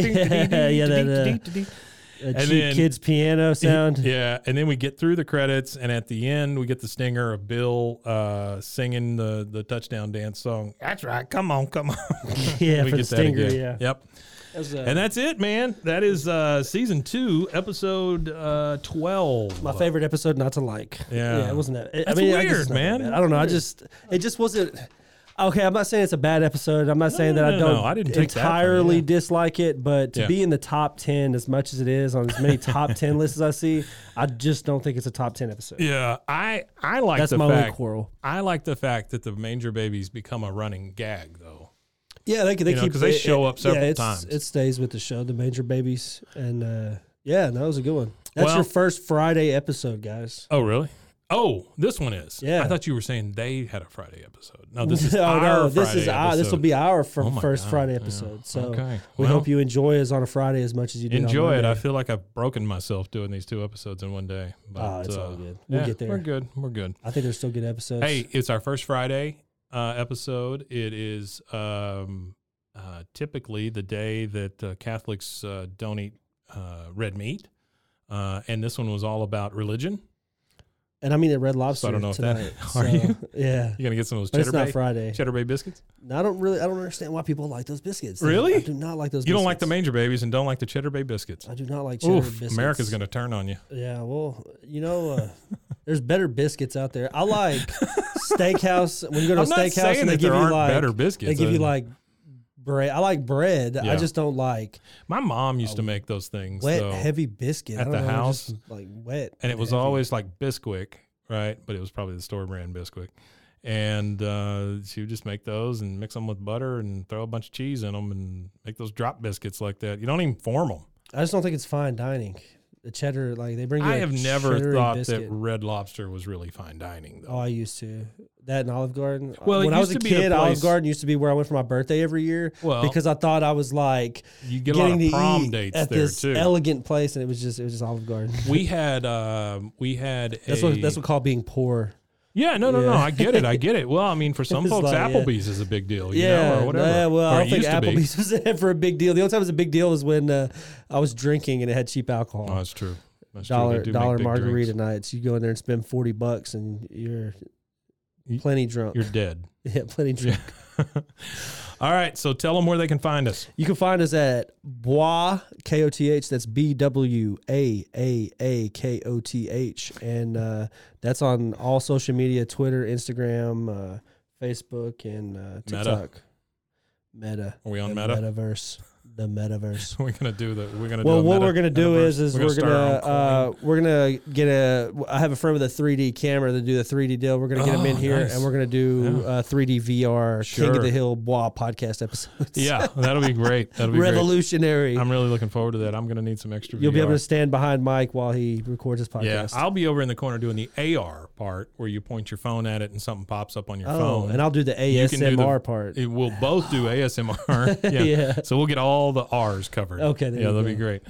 S3: yeah, that, uh, A
S1: And
S3: cheap
S1: then-
S3: kids piano
S1: (laughs)
S3: sound.
S1: Yeah, and then we get through the credits, and at the end we get the stinger of Bill uh, singing the the touchdown dance song. That's right. Come on, come (laughs) on.
S3: (laughs)
S1: uh,
S3: Yeah,
S1: we
S3: for the
S1: get that
S3: stinger,
S1: again.
S3: yeah.
S1: Yep. And that's it, man. That is uh, season two, episode uh, twelve.
S3: my favorite episode not to like.
S1: Yeah.
S3: it wasn't that. it-
S1: That's
S3: I mean, I guess
S1: weird,
S3: it's not that
S1: man.
S3: bad. I don't know. I just it just wasn't. Okay, I'm not saying it's a bad episode. I'm not saying
S1: no,
S3: that
S1: no,
S3: I don't
S1: no. I didn't take that from you,
S3: entirely
S1: yeah.
S3: dislike it, but to
S1: Yeah.
S3: be in the top ten as much as it is on as many top
S1: (laughs)
S3: ten lists as I see, I just don't think it's a top ten episode.
S1: Yeah, I I like
S3: That's
S1: the
S3: my only
S1: fact.
S3: quarrel.
S1: I like the fact that the manger babies become a running gag, though.
S3: Yeah, they, they
S1: You know,
S3: keep
S1: 'cause they
S3: it-
S1: show
S3: it-
S1: up several
S3: yeah, it's-
S1: times.
S3: It stays with the show, the major babies, and uh, yeah, that was a good one. That's
S1: Well-
S3: your first Friday episode, guys.
S1: Oh, really? Oh, this one is.
S3: Yeah.
S1: I thought you were saying they had a Friday episode. No, Oh,
S3: (laughs)
S1: this is
S3: No,
S1: our
S3: Oh, no,
S1: Friday
S3: this is our, this will
S1: episode.
S3: be our fir-
S1: Oh my
S3: first
S1: God,
S3: Friday
S1: yeah.
S3: episode. So
S1: Okay,
S3: we
S1: well.
S3: hope you enjoy us on a Friday as much as you did.
S1: Enjoy
S3: on
S1: it. I
S3: Monday.
S1: feel like I've broken myself doing these two episodes in one day. But, uh,
S3: Ah, it's all good. We'll
S1: yeah,
S3: get there.
S1: We're good. We're good.
S3: I think there's still good episodes.
S1: Hey, it's our first Friday uh, episode. It is um, uh, typically the day that uh, Catholics uh, don't eat uh, red meat. Uh, and this one was all about religion.
S3: and I mean at Red Lobster.
S1: So I don't know if that-
S3: tonight,
S1: (laughs) are
S3: so,
S1: you?
S3: (laughs) Yeah.
S1: You're going to get some of those
S3: But it's
S1: cheddar
S3: not
S1: bay,
S3: Friday.
S1: cheddar bay biscuits?
S3: I don't really. I don't understand why people like those biscuits.
S1: Really?
S3: I do not like those.
S1: You don't like the
S3: biscuits.
S1: manger babies and don't like the cheddar bay biscuits.
S3: I do not like cheddar
S1: Oof,
S3: biscuits.
S1: America's going to turn on you.
S3: Yeah, well, you know, uh, there's better biscuits out there. I like steakhouse. When you go to
S1: (laughs) I'm
S3: a
S1: not
S3: steakhouse,
S1: saying
S3: and they
S1: that
S3: give
S1: there
S3: you
S1: aren't
S3: like
S1: better biscuits.
S3: They give you
S1: Uh,
S3: like bread. I like bread. I
S1: Yeah.
S3: just don't like
S1: My mom used to make those things.
S3: wet,
S1: though.
S3: heavy biscuit I
S1: at
S3: don't
S1: the
S3: know,
S1: house,
S3: just like wet,
S1: and it was
S3: heavy.
S1: always like Bisquick, right? But it was probably the store brand Bisquick. And uh, she would just make those and mix them with butter and throw a bunch of cheese in them and make those drop biscuits like that. You don't even form them.
S3: I just don't think it's fine dining. The cheddar, like they bring you.
S1: I
S3: a
S1: have never
S3: cheddar
S1: thought
S3: biscuit.
S1: that Red Lobster was really fine dining, though.
S3: Oh, I used to. That and Olive Garden.
S1: Well, it
S3: when I was
S1: used
S3: a
S1: to be a
S3: kid, Olive
S1: place-
S3: Garden used to be where I went for my birthday every year.
S1: Well-
S3: because I thought I was like
S1: You get a lot
S3: getting
S1: of
S3: to
S1: prom
S3: eat
S1: dates
S3: at
S1: there,
S3: this
S1: too.
S3: elegant place, and it was just it was just Olive Garden.
S1: we had um, we had
S3: That's
S1: a,
S3: what that's what called being poor.
S1: yeah no no no
S3: Yeah.
S1: I get
S3: (laughs)
S1: it I get it well I mean for some
S3: It's
S1: folks
S3: like, yeah.
S1: Applebee's is a big deal you know, or whatever
S3: Yeah, well,
S1: Or
S3: I
S1: it
S3: don't think
S1: used to be.
S3: Applebee's (laughs) was ever a big deal. The only time it was a big deal was when uh, I was drinking and it had cheap alcohol.
S1: oh that's true that's true. They
S3: dollar
S1: do make
S3: dollar
S1: big
S3: margarita
S1: drinks.
S3: nights. You go in there and spend forty bucks, and you're
S1: You-
S3: plenty drunk.
S1: you're dead
S3: (laughs) yeah, plenty drunk.
S1: (laughs) All right, so tell them where they can find us. (laughs)
S3: You can find us at Bois K O T H. That's B W A A A K O T H, and uh, that's on all social media: Twitter, Instagram, uh, Facebook, and uh, TikTok. Meta.
S1: Are we on
S3: The
S1: Meta?
S3: Metaverse. The metaverse.
S1: We're gonna do that. We're gonna.
S3: Well,
S1: do a
S3: what
S1: meta-
S3: we're gonna do
S1: metaverse.
S3: is, is we're gonna,
S1: start our own
S3: uh,
S1: coin.
S3: we're gonna get a. I have a friend with a 3D camera to do the 3D deal. We're gonna get him in
S1: Oh,
S3: here,
S1: nice.
S3: and we're gonna do
S1: Yeah.
S3: uh, 3D VR King
S1: Sure.
S3: of the Hill Bois podcast episodes. (laughs)
S1: yeah, that'll be great. That'll be
S3: revolutionary.
S1: great. I'm really looking forward to that. I'm gonna need some extra.
S3: You'll be able
S1: VR.
S3: to stand behind Mike while he records his
S1: Yeah,
S3: podcast.
S1: I'll be over in the corner doing the AR part where you point your phone at it and something pops up on your
S3: oh,
S1: phone.
S3: and I'll do the
S1: You
S3: ASMR
S1: can do the-
S3: part.
S1: It, we'll both do
S3: (laughs)
S1: ASMR. yeah.
S3: Yeah.
S1: So we'll get all the R's covered.
S3: Okay, there
S1: yeah,
S3: you
S1: that'll
S3: go.
S1: be great.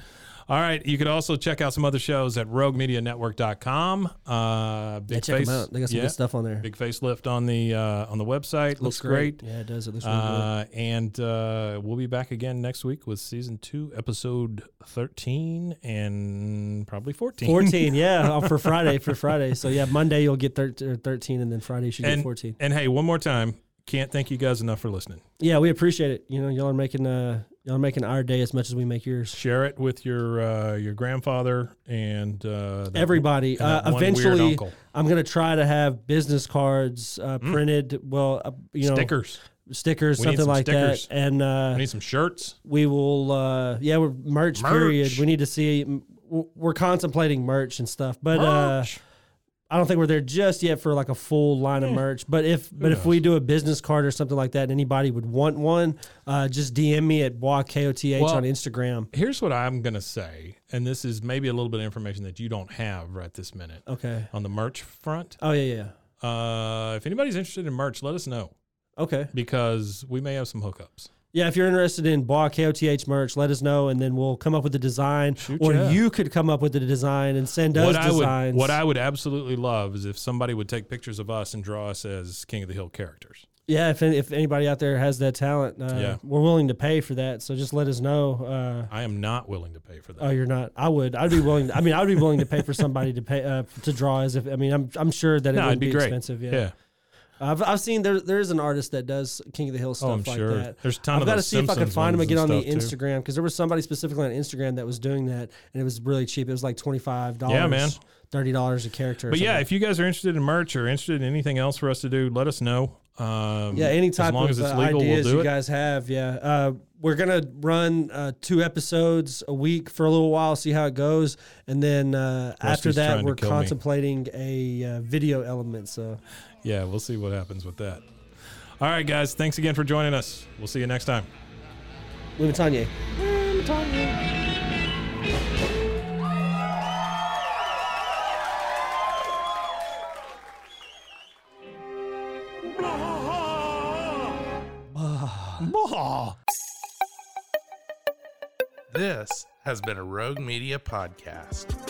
S1: All right. You could also check out some other shows at roguemedianetwork.com. Uh, big
S3: yeah, check
S1: face,
S3: them out. They got some
S1: yeah,
S3: good stuff on there.
S1: Big facelift on the uh, on the website. Looks, great.
S3: Yeah, it does. It looks really good.
S1: Uh, and uh, we'll be back again next week with season two, episode 13 and probably 14.
S3: 14, yeah, oh, for Friday, for Friday. So yeah, Monday you'll get thir- or 13, and then Friday you
S1: (laughs)
S3: should
S1: and,
S3: get 14.
S1: And hey, one more time, can't thank you guys enough for listening.
S3: Yeah, we appreciate it. You know, y'all are making uh, y'all are making our day as much as we make yours.
S1: Share it with your uh, your grandfather and uh, that-
S3: Everybody,
S1: and that
S3: uh,
S1: one weird
S3: eventually,
S1: uncle.
S3: I'm gonna try to have business cards uh, printed. Well, uh, you know,
S1: stickers.
S3: stickers,
S1: We need
S3: something
S1: some
S3: like
S1: stickers.
S3: that, and uh,
S1: I need some shirts.
S3: we will uh yeah we're merch,
S1: Merch.
S3: period we need to see m- w- we're contemplating merch and stuff but
S1: Merch. Eh.
S3: uh i don't think we're there just yet for like a full line of merch but if but if we do a business card or something like that and anybody would want one uh just dm me at bois koth
S1: Well-
S3: on instagram
S1: Here's what I'm gonna say, and this is maybe a little bit of information that you don't have right this minute
S3: okay
S1: on the merch front.
S3: oh yeah yeah
S1: Uh, if anybody's interested in merch, let us know
S3: okay
S1: because we may have some hookups.
S3: yeah if you're interested in bois koth merch let us know and then we'll come up with a design
S1: Shoot
S3: or
S1: ya.
S3: you could come up with a design and send us
S1: what I
S3: designs
S1: would what I would absolutely love is if somebody would take pictures of us and draw us as King of the Hill characters.
S3: Yeah, if if anybody out there has that talent, uh,
S1: Yeah.
S3: we're willing to pay for that. So just let us know. Uh,
S1: I am not willing to pay for that.
S3: oh, you're not. I would. I'd be willing. I mean, I'd be willing to pay for somebody to pay uh, to draw. As if I mean, I'm I'm sure that it
S1: no,
S3: would
S1: it'd be, great.
S3: expensive. Yeah.
S1: yeah.
S3: I've I've seen there there is an artist that does King of the Hill stuff
S1: Oh, I'm
S3: like
S1: sure.
S3: that.
S1: There's a ton
S3: I've
S1: of
S3: gotta
S1: those
S3: see if I could
S1: Simpsons
S3: find him
S1: ones
S3: again on
S1: and
S3: the
S1: stuff, too.
S3: Instagram because there was somebody specifically on Instagram that was doing that and it was really cheap. It was like twenty five dollars.
S1: Yeah, man.
S3: Thirty dollars a character. or
S1: But yeah,
S3: something.
S1: if you guys are interested in merch or interested in anything else for us to do, let us know. Um,
S3: Yeah, any type
S1: as long
S3: of
S1: as it's
S3: uh,
S1: legal,
S3: ideas
S1: we'll do
S3: you
S1: it.
S3: guys have, yeah. Uh, we're gonna run uh, two episodes a week for a little while, see how it goes, and then uh, after
S1: Rusty's
S3: that,
S1: trying to
S3: we're
S1: kill me.
S3: contemplating a uh, video element. So
S1: yeah, we'll see what happens with that. All right, guys, thanks again for joining us. We'll see you next time.
S3: Louis Tanya.
S2: This has been a Rogue Media podcast.